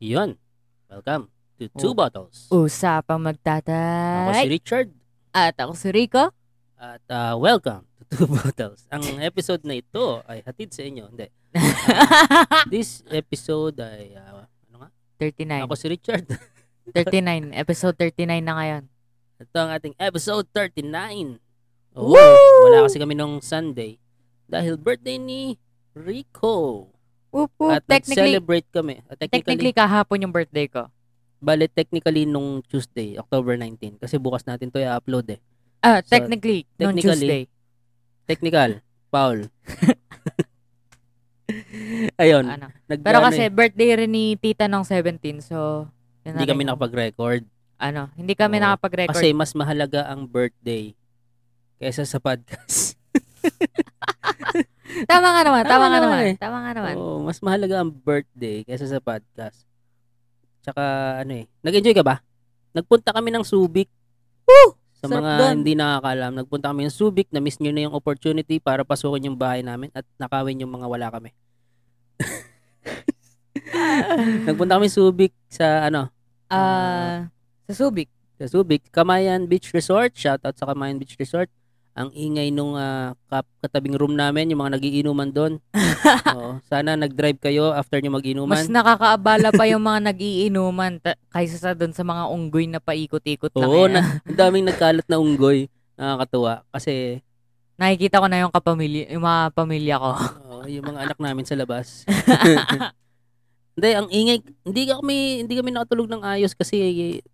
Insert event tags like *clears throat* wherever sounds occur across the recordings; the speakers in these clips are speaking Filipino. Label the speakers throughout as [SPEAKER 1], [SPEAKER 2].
[SPEAKER 1] Yun. Welcome to Two
[SPEAKER 2] Oh.
[SPEAKER 1] Bottles. Ako
[SPEAKER 2] Usapang
[SPEAKER 1] si
[SPEAKER 2] magtatay.
[SPEAKER 1] Richard
[SPEAKER 2] At ako si Rico. *laughs*
[SPEAKER 1] at uh, welcome to Two *laughs* Bottles. Ang episode na ito ay hatid sa inyo. Hindi.
[SPEAKER 2] Ah!
[SPEAKER 1] This episode ay uh, ano nga?
[SPEAKER 2] 39.
[SPEAKER 1] Ako si Richard. *laughs*
[SPEAKER 2] 39. Episode 39 na ngayon.
[SPEAKER 1] Ito ang ating episode 39. Oo,
[SPEAKER 2] Woo!
[SPEAKER 1] wala kasi kami nung Sunday dahil birthday ni Rico.
[SPEAKER 2] Upo,
[SPEAKER 1] at
[SPEAKER 2] technically,
[SPEAKER 1] nag-celebrate kami. Uh, technically,
[SPEAKER 2] technically kahapon yung birthday ko.
[SPEAKER 1] bale, technically nung Tuesday, October 19. Kasi bukas natin to i-upload eh.
[SPEAKER 2] Ah,
[SPEAKER 1] So,
[SPEAKER 2] technically, noong
[SPEAKER 1] technically-
[SPEAKER 2] Tuesday.
[SPEAKER 1] Technical.
[SPEAKER 2] *laughs*
[SPEAKER 1] Paul. Ayun.
[SPEAKER 2] Ano.
[SPEAKER 1] nag-
[SPEAKER 2] Pero
[SPEAKER 1] ano
[SPEAKER 2] kasi
[SPEAKER 1] eh,
[SPEAKER 2] birthday rin ni tita nung 17, so... yun na
[SPEAKER 1] hindi
[SPEAKER 2] rin
[SPEAKER 1] kami
[SPEAKER 2] yung-
[SPEAKER 1] nakapag-record.
[SPEAKER 2] Ano, hindi kami
[SPEAKER 1] Oo.
[SPEAKER 2] nakapag-record.
[SPEAKER 1] Kasi mas mahalaga ang birthday kaysa sa podcast.
[SPEAKER 2] tama nga naman,
[SPEAKER 1] Tama
[SPEAKER 2] tama, nga
[SPEAKER 1] naman
[SPEAKER 2] naman.
[SPEAKER 1] eh.
[SPEAKER 2] Tama nga *laughs* naman.
[SPEAKER 1] Oo, mas mahalaga ang birthday kaysa sa podcast. Tsaka ano eh, nag-enjoy ka ba? Nagpunta kami ng Subic. *laughs* Sa
[SPEAKER 2] Sarap
[SPEAKER 1] mga
[SPEAKER 2] doon.
[SPEAKER 1] hindi nakakaalam, nagpunta kami ng Subic, na-miss nyo na yung opportunity para pasukin yung bahay namin at nakawin yung mga wala kami. Nagpunta kami Subic sa ano,
[SPEAKER 2] Ah, sa Subic.
[SPEAKER 1] sa Subic, Kamayan Beach Resort. Shoutout sa Kamayan Beach Resort. Ang ingay nung ah, kap- katabing room namin, yung mga nagiinuman
[SPEAKER 2] *laughs*
[SPEAKER 1] doon. Oo, sana nag-drive kayo after nyo
[SPEAKER 2] Mas
[SPEAKER 1] mag-inuman.
[SPEAKER 2] nakakaabala pa yung mga nagiinuman ta- kaysa sa doon sa mga unggoy na paikot-ikot lang.
[SPEAKER 1] Oo,
[SPEAKER 2] eh.
[SPEAKER 1] na, ang daming nagkalat na unggoy. Nakakatuwa. Kasi
[SPEAKER 2] Nakikita ko na yung kapamilya, yung mga pamilya ko.
[SPEAKER 1] oo, yung mga anak namin sa
[SPEAKER 2] *laughs*
[SPEAKER 1] labas. Hindi, ang ingay, hindi kami, hindi kami nakatulog ng ayos kasi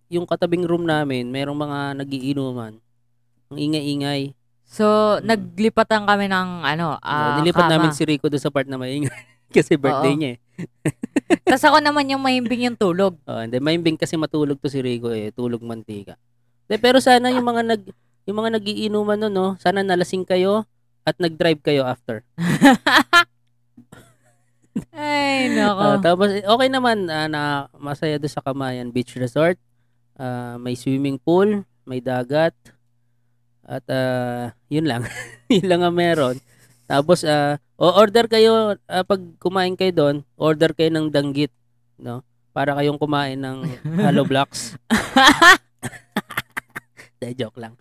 [SPEAKER 1] yung katabing room namin, merong mga nagiinuman. Ang ingay-ingay.
[SPEAKER 2] So,
[SPEAKER 1] Mm.
[SPEAKER 2] naglipatan kami ng ano, ah,
[SPEAKER 1] Oo, nilipat
[SPEAKER 2] kama.
[SPEAKER 1] namin si Rico doon sa part na maingay. *laughs* kasi birthday
[SPEAKER 2] Oo.
[SPEAKER 1] niya eh.
[SPEAKER 2] Tapos ako naman yung mahimbing yung tulog.
[SPEAKER 1] Oh, and then mahimbing kasi matulog to si Rico eh, tulog mantika. De, pero sana yung mga nag yung mga nagiinuman noon, no, sana nalasing kayo at nag-drive kayo after.
[SPEAKER 2] Ay,
[SPEAKER 1] Ah,
[SPEAKER 2] nako.
[SPEAKER 1] tapos eh, okay naman ah, na masaya do sa Kamayan Beach Resort. Ah, may swimming pool, may dagat. At ah, yun lang. *laughs* yun lang ang meron. Tapos ah, o order kayo ah, pag kumain kayo doon, order kayo ng danggit, no? Para kayong kumain ng hollow blocks. De, joke lang.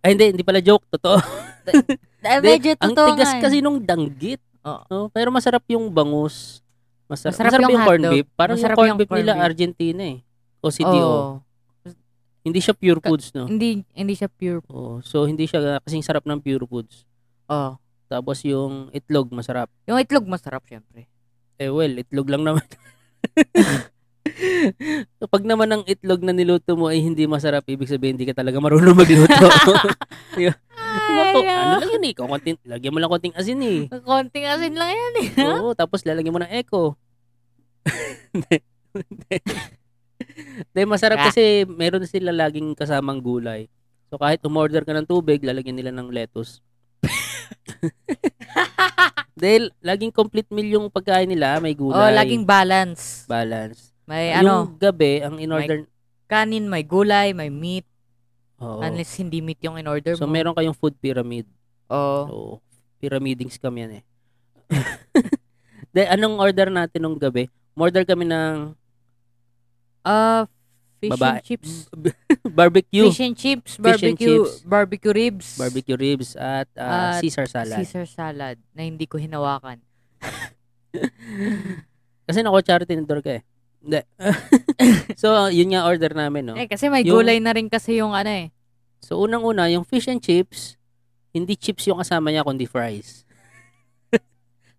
[SPEAKER 1] Ay, hindi, hindi pala joke. Totoo.
[SPEAKER 2] Ay,
[SPEAKER 1] Hindi,
[SPEAKER 2] medyo
[SPEAKER 1] ang
[SPEAKER 2] totoo
[SPEAKER 1] tigas
[SPEAKER 2] nga eh.
[SPEAKER 1] kasi nung danggit.
[SPEAKER 2] Oo.
[SPEAKER 1] No? Pero masarap yung bangus. Masarap, masarap,
[SPEAKER 2] Masarap
[SPEAKER 1] yung,
[SPEAKER 2] yung
[SPEAKER 1] corn
[SPEAKER 2] hotdog.
[SPEAKER 1] beef. Parang
[SPEAKER 2] Masarap
[SPEAKER 1] yung corn
[SPEAKER 2] yung
[SPEAKER 1] beef
[SPEAKER 2] corn
[SPEAKER 1] nila
[SPEAKER 2] beef.
[SPEAKER 1] Argentina eh. O CDO.
[SPEAKER 2] Oo.
[SPEAKER 1] Hindi siya pure
[SPEAKER 2] Ka-
[SPEAKER 1] foods, no?
[SPEAKER 2] Hindi, hindi siya pure.
[SPEAKER 1] Oo. So, hindi siya kasing sarap ng pure foods. Ah.
[SPEAKER 2] Oh.
[SPEAKER 1] Tapos yung itlog, masarap.
[SPEAKER 2] Yung itlog masarap, syempre.
[SPEAKER 1] Eh well, itlog lang naman. *laughs* Pag naman ang itlog na niluto mo ay hindi masarap, ibig sabihin hindi ka talaga marunong
[SPEAKER 2] *laughs*
[SPEAKER 1] magluto.
[SPEAKER 2] Ay,
[SPEAKER 1] ano lang yun eh, konting, lagyan mo lang konting asin eh.
[SPEAKER 2] ah. Konting asin lang yan eh.
[SPEAKER 1] Oo, tapos lalagyan mo ng echo. *laughs* Hindi. Hindi. Hindi, masarap
[SPEAKER 2] Ah.
[SPEAKER 1] kasi meron sila laging kasamang gulay. So kahit umorder ka ng tubig, lalagyan nila ng
[SPEAKER 2] *laughs*
[SPEAKER 1] lettuce. Dahil laging complete meal yung pagkain nila, may gulay.
[SPEAKER 2] Oh, laging balance.
[SPEAKER 1] balance.
[SPEAKER 2] May
[SPEAKER 1] yung
[SPEAKER 2] ano,
[SPEAKER 1] gabi, ang in-order,
[SPEAKER 2] kanin, may gulay, may meat.
[SPEAKER 1] Oo.
[SPEAKER 2] Unless hindi meat yung in-order
[SPEAKER 1] so Oh.
[SPEAKER 2] mo. Oh.
[SPEAKER 1] meron kayong food pyramid.
[SPEAKER 2] Oo.
[SPEAKER 1] Oo. Pyramiding scam yan eh. *laughs* De, anong order natin nung gabi? Order kami ng
[SPEAKER 2] Ah, fish
[SPEAKER 1] Babae.
[SPEAKER 2] and chips.
[SPEAKER 1] *laughs* barbecue.
[SPEAKER 2] Fish and chips,
[SPEAKER 1] Fish and
[SPEAKER 2] barbecue,
[SPEAKER 1] chips.
[SPEAKER 2] barbecue ribs.
[SPEAKER 1] barbecue ribs at ah,
[SPEAKER 2] At
[SPEAKER 1] Caesar salad.
[SPEAKER 2] Caesar salad na hindi ko hinawakan.
[SPEAKER 1] *laughs* Kasi naku, charity ng ka eh. Hindi. *laughs* so, yun nga order namin, no?
[SPEAKER 2] Eh, kasi may
[SPEAKER 1] Yung-
[SPEAKER 2] gulay na rin kasi yung ano eh.
[SPEAKER 1] So, unang-una, yung fish and chips, hindi chips yung kasama niya, kundi fries.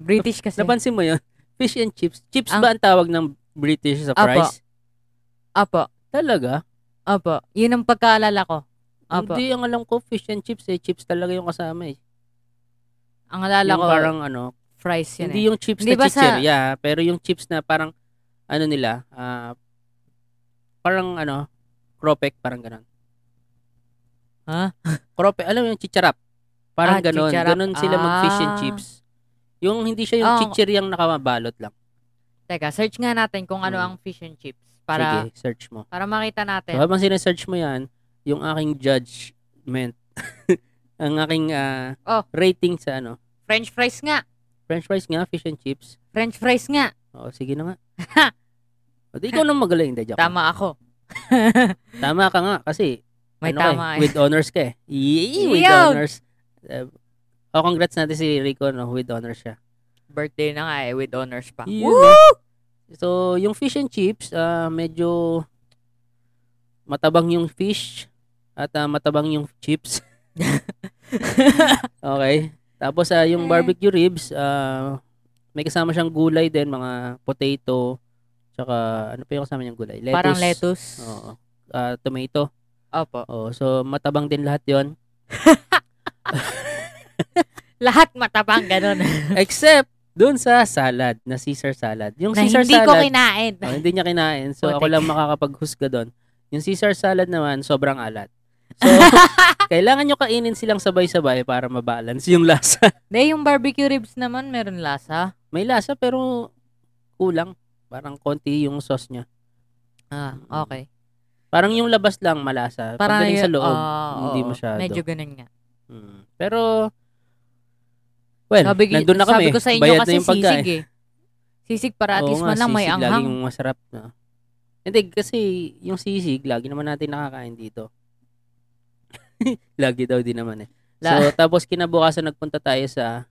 [SPEAKER 2] British kasi.
[SPEAKER 1] Napansin mo yun? Fish and chips. Chips
[SPEAKER 2] Ang-
[SPEAKER 1] ba ang tawag ng British sa
[SPEAKER 2] Apo.
[SPEAKER 1] fries?
[SPEAKER 2] Apo,
[SPEAKER 1] Talaga?
[SPEAKER 2] apo. Yun ang pagkaalala ko. Apo.
[SPEAKER 1] Hindi, ang alam ko, fish and chips, eh, chips talaga yung kasama, eh.
[SPEAKER 2] ang alala
[SPEAKER 1] yung
[SPEAKER 2] ko,
[SPEAKER 1] parang, ano,
[SPEAKER 2] fries yun
[SPEAKER 1] hindi
[SPEAKER 2] eh.
[SPEAKER 1] yung chips
[SPEAKER 2] Hindi
[SPEAKER 1] na
[SPEAKER 2] ba sa-
[SPEAKER 1] chicherya, pero yung chips na parang, ano nila, ah, parang, ano, cropek, parang ganun.
[SPEAKER 2] Ha? *laughs*
[SPEAKER 1] Krope, alam mo yung chicharap. Parang
[SPEAKER 2] Ah,
[SPEAKER 1] ganon.
[SPEAKER 2] chicharap.
[SPEAKER 1] Ganon sila mag-fish and
[SPEAKER 2] Ah.
[SPEAKER 1] chips. Yung hindi siya yung
[SPEAKER 2] Oh.
[SPEAKER 1] chichiryang nakabalot lang.
[SPEAKER 2] Teka, search nga natin kung ano
[SPEAKER 1] Hmm.
[SPEAKER 2] ang fish and chips. Para
[SPEAKER 1] Sige, search mo.
[SPEAKER 2] para makita
[SPEAKER 1] So,
[SPEAKER 2] natin.
[SPEAKER 1] habang sinesearch mo yan, yung aking judgment *laughs* ang aking ah,
[SPEAKER 2] Oh.
[SPEAKER 1] rating sa ano,
[SPEAKER 2] French fries nga.
[SPEAKER 1] french fries nga, fish and chips.
[SPEAKER 2] French fries nga.
[SPEAKER 1] O, sige
[SPEAKER 2] *laughs*
[SPEAKER 1] na nga. o, di ikaw nang magaling, hindi, joke.
[SPEAKER 2] Tama ako. *laughs*
[SPEAKER 1] Tama ka nga kasi
[SPEAKER 2] May
[SPEAKER 1] ano ka eh,
[SPEAKER 2] tama eh.
[SPEAKER 1] with honors ka eh. Yee, with
[SPEAKER 2] Yun.
[SPEAKER 1] honors. Uh, oh, congrats natin si Rico, no? With honors siya.
[SPEAKER 2] Birthday na nga eh, with honors pa.
[SPEAKER 1] Yun.
[SPEAKER 2] Woo!
[SPEAKER 1] So, yung fish and chips, ah, medyo matabang yung fish at ah, matabang yung
[SPEAKER 2] *laughs*
[SPEAKER 1] chips. Okay. Tapos ah, yung
[SPEAKER 2] Eh.
[SPEAKER 1] barbecue ribs, ah, may kasama siyang gulay din, mga potato, tsaka ano pa yung kasama niyang gulay? Lettuce.
[SPEAKER 2] Parang lettuce.
[SPEAKER 1] Oo. Ah, tomato.
[SPEAKER 2] Opo.
[SPEAKER 1] Oo. So, matabang din lahat yon
[SPEAKER 2] Lahat matapang ganun.
[SPEAKER 1] *laughs* Except dun sa salad, na Caesar salad. *laughs* Yung
[SPEAKER 2] na
[SPEAKER 1] Caesar
[SPEAKER 2] hindi
[SPEAKER 1] salad,
[SPEAKER 2] ko kinain.
[SPEAKER 1] oh, hindi niya kinain. So,
[SPEAKER 2] Putik.
[SPEAKER 1] ako lang makakapaghusga doon. Yung Caesar salad naman, sobrang alat.
[SPEAKER 2] *laughs*
[SPEAKER 1] So, kailangan nyo kainin silang sabay-sabay para mabalance yung lasa. *laughs*
[SPEAKER 2] Hindi, yung barbecue ribs naman meron lasa.
[SPEAKER 1] May lasa pero kulang. Parang konti yung sauce niya.
[SPEAKER 2] Ah, okay.
[SPEAKER 1] Parang yung labas lang malasa.
[SPEAKER 2] Parang
[SPEAKER 1] Pagdating sa
[SPEAKER 2] yun-
[SPEAKER 1] loob.
[SPEAKER 2] ah,
[SPEAKER 1] hindi
[SPEAKER 2] oo.
[SPEAKER 1] masyado.
[SPEAKER 2] Medyo ganun nga.
[SPEAKER 1] Mm. Pero, well,
[SPEAKER 2] sabi, gi-
[SPEAKER 1] nandun na kami.
[SPEAKER 2] sabi ko sa inyo
[SPEAKER 1] Bayad
[SPEAKER 2] kasi
[SPEAKER 1] na yung pagkain.
[SPEAKER 2] sisig eh. Sisig para at
[SPEAKER 1] Oo
[SPEAKER 2] least
[SPEAKER 1] nga,
[SPEAKER 2] man lang may
[SPEAKER 1] sisig
[SPEAKER 2] anghang.
[SPEAKER 1] Laging masarap na. Hindi, kasi yung sisig, lagi naman natin nakakain dito. *laughs* lagi daw din naman eh. So,
[SPEAKER 2] La-
[SPEAKER 1] tapos kinabukasan nagpunta tayo sa...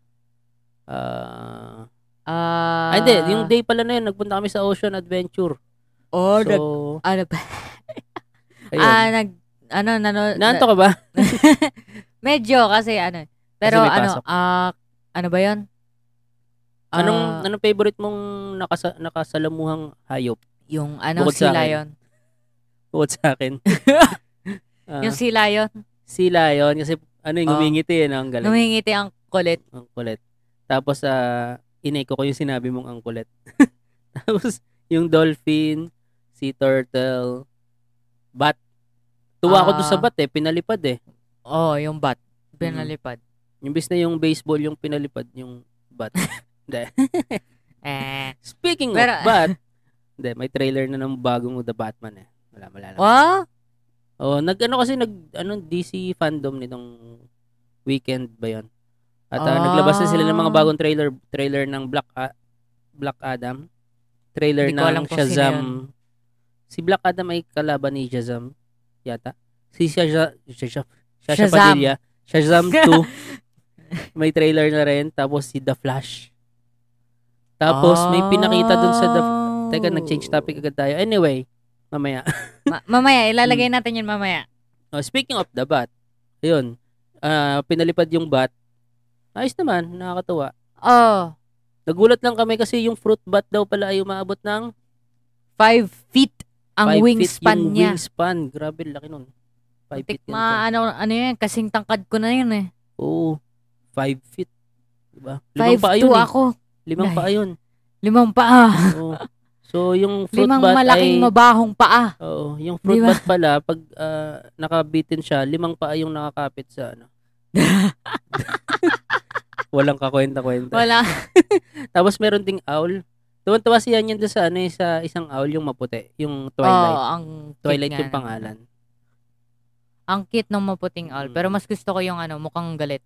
[SPEAKER 1] ah, ay,
[SPEAKER 2] Ah,
[SPEAKER 1] hindi. Yung day pala na yun, nagpunta kami sa Ocean Adventure.
[SPEAKER 2] Or, nag-
[SPEAKER 1] so,
[SPEAKER 2] ano ba?
[SPEAKER 1] ayun.
[SPEAKER 2] Ah, nag, ano, nano,
[SPEAKER 1] Naanto ka ba?
[SPEAKER 2] *laughs* medyo kasi ano. Pero
[SPEAKER 1] may
[SPEAKER 2] ano,
[SPEAKER 1] pasok.
[SPEAKER 2] ah, ano ba yun?
[SPEAKER 1] Anong,
[SPEAKER 2] Ah,
[SPEAKER 1] anong favorite mong nakasa, nakasalamuhang hayop?
[SPEAKER 2] yung ano,
[SPEAKER 1] bukod sa
[SPEAKER 2] sila
[SPEAKER 1] akin?
[SPEAKER 2] yun.
[SPEAKER 1] Bukod sa
[SPEAKER 2] *laughs*
[SPEAKER 1] akin. Ah,
[SPEAKER 2] Yung sila yun.
[SPEAKER 1] si Lion, kasi ano yung
[SPEAKER 2] Oh.
[SPEAKER 1] ngumingiti, eh, no? ang galing.
[SPEAKER 2] Numingiti ang kulit.
[SPEAKER 1] ang kulit. Tapos, ah ineko ko yung sinabi mong ang kulit. *laughs* Tapos, yung dolphin, sea turtle, bat. Tuwa ako doon sa
[SPEAKER 2] Ah.
[SPEAKER 1] bat eh, pinalipad eh.
[SPEAKER 2] Oh, yung bat.
[SPEAKER 1] Mm.
[SPEAKER 2] Pinalipad. *laughs*
[SPEAKER 1] Imbis na yung baseball yung pinalipad, yung bat.
[SPEAKER 2] Eh.
[SPEAKER 1] Speaking
[SPEAKER 2] Pero-
[SPEAKER 1] of bat, *laughs* hindi, may trailer na ng bagong The Batman eh. Wala, wala lang.
[SPEAKER 2] Wow?
[SPEAKER 1] Oh, nag ano kasi nag ano DC fandom nitong weekend ba 'yon? At ah,
[SPEAKER 2] Ah.
[SPEAKER 1] naglabas na sila ng mga bagong trailer trailer ng Black A- Black Adam, trailer
[SPEAKER 2] Hindi ko alam
[SPEAKER 1] ng
[SPEAKER 2] kung sino
[SPEAKER 1] Shazam. Si Black Adam ay kalaban ni Shazam yata. Si Shazam Shazam Shazam
[SPEAKER 2] Shazam.
[SPEAKER 1] Padilla, Shazam
[SPEAKER 2] *laughs*
[SPEAKER 1] 2. may trailer na rin tapos si The Flash. Tapos may pinakita dun sa The
[SPEAKER 2] Oh.
[SPEAKER 1] Teka, nag-change topic agad tayo. Anyway, mamaya.
[SPEAKER 2] Ma- mamaya, ilalagay
[SPEAKER 1] Hmm.
[SPEAKER 2] natin yun mamaya.
[SPEAKER 1] Oh, speaking of the bat, ayun, ah, pinalipad yung bat. Ayos naman, nakakatuwa.
[SPEAKER 2] Oh,
[SPEAKER 1] Nagulat lang kami kasi yung fruit bat daw pala ay umaabot ng
[SPEAKER 2] five feet ang
[SPEAKER 1] 5
[SPEAKER 2] wingspan
[SPEAKER 1] feet yung
[SPEAKER 2] niya.
[SPEAKER 1] wingspan. Grabe, laki nun. 5 feet yan.
[SPEAKER 2] Tikma, ano, ano yan, kasing tangkad ko na yun eh.
[SPEAKER 1] Oo, 5 feet. Diba? Limang
[SPEAKER 2] Five
[SPEAKER 1] pa yun.
[SPEAKER 2] two
[SPEAKER 1] eh.
[SPEAKER 2] ako.
[SPEAKER 1] Limang
[SPEAKER 2] Ay.
[SPEAKER 1] pa yun.
[SPEAKER 2] Limang paa.
[SPEAKER 1] Oo. So, yung fruit
[SPEAKER 2] Limang
[SPEAKER 1] bat
[SPEAKER 2] malaking
[SPEAKER 1] ay...
[SPEAKER 2] mabahong paa.
[SPEAKER 1] Oo, yung fruit
[SPEAKER 2] Diba?
[SPEAKER 1] bat pala, pag ah, nakabitin siya, limang pa yung nakakapit sa
[SPEAKER 2] *laughs*
[SPEAKER 1] ano. Walang kakwenta-kwenta.
[SPEAKER 2] Wala.
[SPEAKER 1] Tapos meron ding owl. Tuwan-tuwa si Yan doon sa, ano, eh, sa isang owl, yung maputi. Yung Twilight.
[SPEAKER 2] Oh, ang cute
[SPEAKER 1] Twilight
[SPEAKER 2] nga
[SPEAKER 1] yung
[SPEAKER 2] naman.
[SPEAKER 1] pangalan.
[SPEAKER 2] Ang cute ng maputing owl.
[SPEAKER 1] Mm.
[SPEAKER 2] Pero mas gusto ko yung ano, mukhang galit.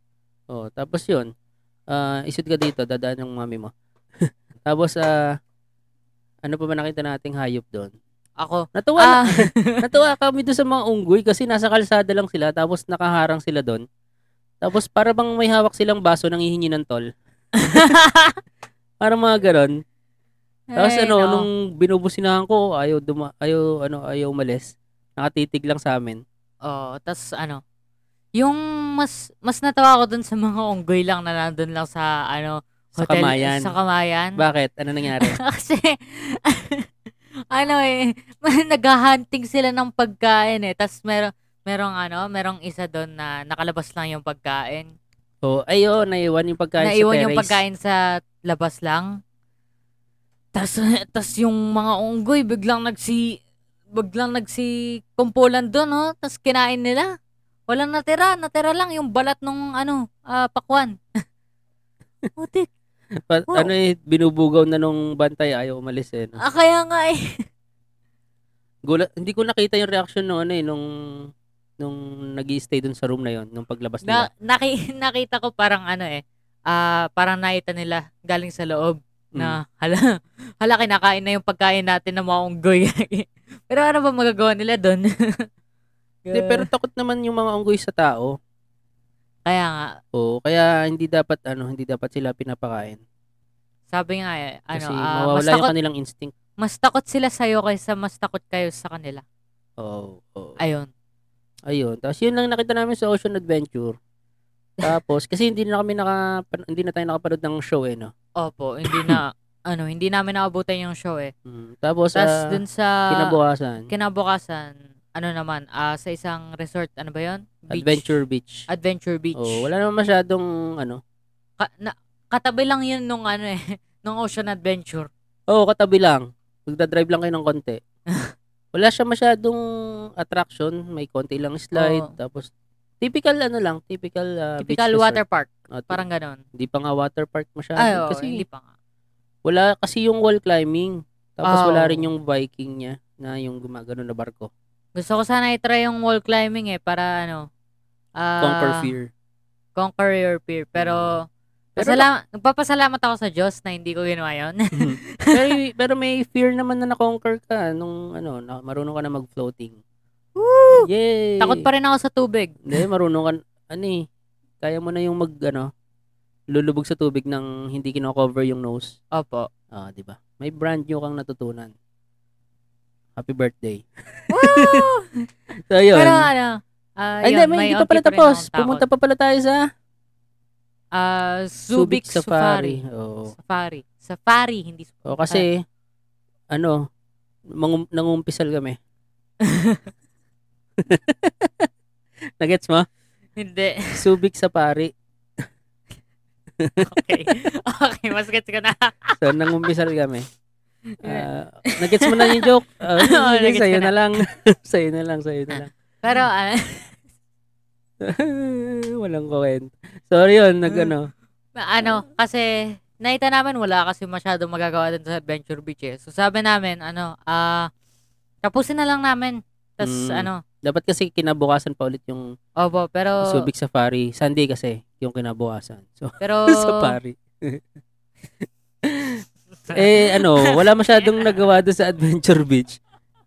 [SPEAKER 1] Oh, tapos yun. ah isod ka dito, dadaan yung mami mo. *laughs* tapos, ah ano pa ba nakita nating hayop doon?
[SPEAKER 2] Ako.
[SPEAKER 1] Natuwa,
[SPEAKER 2] Ah,
[SPEAKER 1] na-
[SPEAKER 2] *laughs*
[SPEAKER 1] natuwa kami doon sa mga unggoy kasi nasa kalsada lang sila tapos nakaharang sila doon. Tapos para bang may hawak silang baso nang hihingi ng
[SPEAKER 2] *laughs*
[SPEAKER 1] tol. Parang mga ganon. Tapos
[SPEAKER 2] Ay,
[SPEAKER 1] ano,
[SPEAKER 2] Eh, no.
[SPEAKER 1] nung binubusinahan ko, ayaw, duma- ayaw, ano, ayaw umalis. Nakatitig lang sa amin.
[SPEAKER 2] Oo, tas ano, yung mas mas natawa ko dun sa mga unggoy lang na nandun lang sa ano,
[SPEAKER 1] Sa
[SPEAKER 2] hotel-
[SPEAKER 1] kamayan.
[SPEAKER 2] Sa kamayan.
[SPEAKER 1] Bakit? Ano
[SPEAKER 2] *laughs*
[SPEAKER 1] nangyari?
[SPEAKER 2] Kasi, ano eh, *laughs* naghahunting sila ng pagkain eh. Tapos merong, merong ano, merong isa doon na nakalabas lang yung pagkain.
[SPEAKER 1] so, ayun, naiwan yung pagkain
[SPEAKER 2] Naiwan
[SPEAKER 1] sa terrace.
[SPEAKER 2] yung
[SPEAKER 1] *laughs*
[SPEAKER 2] pagkain sa labas lang. Tapos, tas *laughs* yung mga unggoy, biglang nagsi, biglang nagsi kumpulan doon, no? Tapos kinain nila. Walang natira, natira lang yung balat nung ano, ah, pakwan. *laughs* Putik.
[SPEAKER 1] Pa-
[SPEAKER 2] Wow.
[SPEAKER 1] Ano eh, binubugaw na nung bantay, ayaw umalis eh. no?
[SPEAKER 2] Oh. Ah, kaya nga eh.
[SPEAKER 1] Gula- hindi ko nakita yung reaction nung ano eh, nung nung nag stay dun sa room na yon nung paglabas nila.
[SPEAKER 2] Na, naki, *laughs* nakita ko parang ano eh, ah parang naita nila galing sa loob
[SPEAKER 1] Mm.
[SPEAKER 2] na hala, *laughs* hala kinakain na yung pagkain natin ng mga unggoy. *laughs* Pero ano ba magagawa nila *laughs* doon?
[SPEAKER 1] Hindi, pero takot naman yung mga unggoy sa tao.
[SPEAKER 2] Kaya nga,
[SPEAKER 1] Oo, kaya hindi dapat ano, hindi dapat sila pinapakain.
[SPEAKER 2] sabi nga eh, ano,
[SPEAKER 1] Kasi
[SPEAKER 2] ah, mas,
[SPEAKER 1] mawawala yung
[SPEAKER 2] takot,
[SPEAKER 1] kanilang instinct.
[SPEAKER 2] mas takot sila sa'yo kaysa mas takot kayo sa kanila.
[SPEAKER 1] Oo. oo.
[SPEAKER 2] Ayun.
[SPEAKER 1] Ayun. Tapos yun lang nakita namin sa Ocean Adventure. Tapos, kasi hindi na kami naka, hindi na tayo nakapanood ng show eh, no?
[SPEAKER 2] Opo, *clears throat* hindi na, ano, hindi namin naabutan yung show eh.
[SPEAKER 1] Mm. Tapos,
[SPEAKER 2] Tapos
[SPEAKER 1] ah,
[SPEAKER 2] dun sa
[SPEAKER 1] kinabukasan,
[SPEAKER 2] kinabukasan, ano naman, ah, sa isang resort, ano ba yon?
[SPEAKER 1] Adventure Beach.
[SPEAKER 2] Adventure Ah, Beach.
[SPEAKER 1] Oh, wala naman masyadong ano.
[SPEAKER 2] Ka- na- katabi lang yun nung ano eh, *laughs* nung Ocean Adventure.
[SPEAKER 1] Oh, katabi lang. Magdadrive lang kayo ng
[SPEAKER 2] *laughs*
[SPEAKER 1] konti. wala siya masyadong attraction, may konti lang slide,
[SPEAKER 2] Oo.
[SPEAKER 1] tapos typical ano lang, typical ah, beach
[SPEAKER 2] Typical
[SPEAKER 1] resort. Ah,
[SPEAKER 2] water park,
[SPEAKER 1] Oh, ti-
[SPEAKER 2] parang ganon.
[SPEAKER 1] hindi pa nga water park masyado
[SPEAKER 2] Ay, oo,
[SPEAKER 1] kasi
[SPEAKER 2] hindi pa nga.
[SPEAKER 1] wala kasi yung wall climbing. Tapos
[SPEAKER 2] Ah, Oo.
[SPEAKER 1] wala rin yung biking niya na yung gumagano na barko.
[SPEAKER 2] Gusto ko sana i-try yung wall climbing eh, para ano, ah,
[SPEAKER 1] Conquer fear. Mm.
[SPEAKER 2] Conquer your fear. Pero,
[SPEAKER 1] Pero
[SPEAKER 2] pasala- nagpapasalamat ako sa Diyos na hindi ko ginawa yun. *laughs*
[SPEAKER 1] pero, pero may fear naman na na-conquer ka nung ano, na, marunong ka na mag-floating. Yay!
[SPEAKER 2] Takot pa rin ako sa tubig.
[SPEAKER 1] *laughs* Hindi, marunong ka, ano eh, kaya mo na yung mag, ano, lulubog sa tubig nang hindi kino-cover yung nose.
[SPEAKER 2] Opo.
[SPEAKER 1] Ah, di ba? May brand new kang natutunan. Happy birthday.
[SPEAKER 2] Woo!
[SPEAKER 1] So, yun.
[SPEAKER 2] Pero ano, ah,
[SPEAKER 1] Ay,
[SPEAKER 2] yun,
[SPEAKER 1] hindi, may, hindi pa
[SPEAKER 2] unti
[SPEAKER 1] pala
[SPEAKER 2] rin
[SPEAKER 1] tapos.
[SPEAKER 2] akong takot.
[SPEAKER 1] Pumunta pa pala tayo sa
[SPEAKER 2] Ah, Subic Safari.
[SPEAKER 1] Oo.
[SPEAKER 2] Safari. Safari, hindi Safari.
[SPEAKER 1] O, Oh, kasi,
[SPEAKER 2] Ah.
[SPEAKER 1] ano, mangum- nangumpisal kami. *laughs*
[SPEAKER 2] Ah,
[SPEAKER 1] Nagets mo?
[SPEAKER 2] *laughs* hindi.
[SPEAKER 1] Subic Safari.
[SPEAKER 2] Okay. *laughs* okay, mas gets ko na.
[SPEAKER 1] *laughs* So, nangumpisal kami. Ah, nagets mo na yung joke?
[SPEAKER 2] *laughs*
[SPEAKER 1] Uh,
[SPEAKER 2] Oo,
[SPEAKER 1] sige,
[SPEAKER 2] Oh, nagets
[SPEAKER 1] sa'yo
[SPEAKER 2] ko
[SPEAKER 1] na lang. *laughs* sa'yo na lang, sa'yo na lang. *laughs*
[SPEAKER 2] Pero, ah,
[SPEAKER 1] Um, Walang kwent. Sorry yun, nag
[SPEAKER 2] Hmm.
[SPEAKER 1] ano.
[SPEAKER 2] *laughs* ano, kasi, naita namin wala kasi masyado magagawa dun sa Adventure Beach eh. So, sabi namin, ano, ah, tapusin na lang namin. Tapos,
[SPEAKER 1] Mm.
[SPEAKER 2] ano,
[SPEAKER 1] Dapat kasi kinabukasan pa ulit yung
[SPEAKER 2] opo, pero,
[SPEAKER 1] Subic Safari. Sunday kasi yung kinabukasan. So, *laughs*
[SPEAKER 2] pero,
[SPEAKER 1] safari. eh, ano, wala masyadong nagawa doon sa Adventure Beach.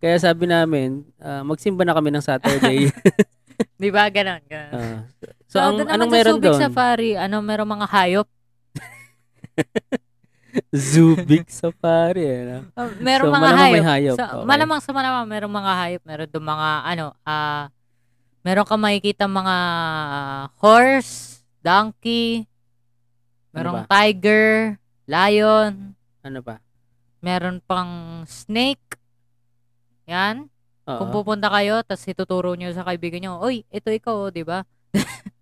[SPEAKER 1] Kaya sabi namin, ah, magsimba na kami ng
[SPEAKER 2] *laughs*
[SPEAKER 1] Saturday.
[SPEAKER 2] *laughs* di ba, ganun, ganun.
[SPEAKER 1] Ah. so,
[SPEAKER 2] Ah,
[SPEAKER 1] ang,
[SPEAKER 2] doon naman
[SPEAKER 1] anong
[SPEAKER 2] sa
[SPEAKER 1] meron
[SPEAKER 2] Subic
[SPEAKER 1] doon? *laughs*
[SPEAKER 2] Safari, ano, meron mga hayop.
[SPEAKER 1] Subic Safari. Ano?
[SPEAKER 2] Ah, Meron
[SPEAKER 1] So,
[SPEAKER 2] mga
[SPEAKER 1] malamang
[SPEAKER 2] hayop.
[SPEAKER 1] may hayop.
[SPEAKER 2] Sa,
[SPEAKER 1] Okay.
[SPEAKER 2] Malamang sa malamang, meron mga hayop. Meron doon mga, ano, ah, meron ka makikita mga horse, donkey,
[SPEAKER 1] Ano
[SPEAKER 2] merong
[SPEAKER 1] ba?
[SPEAKER 2] tiger, lion,
[SPEAKER 1] Ano pa?
[SPEAKER 2] meron pang snake. Yan.
[SPEAKER 1] Oo.
[SPEAKER 2] Kung pupunta kayo, tapos ituturo nyo sa kaibigan nyo, Uy, ito ikaw, oh," di ba? *laughs*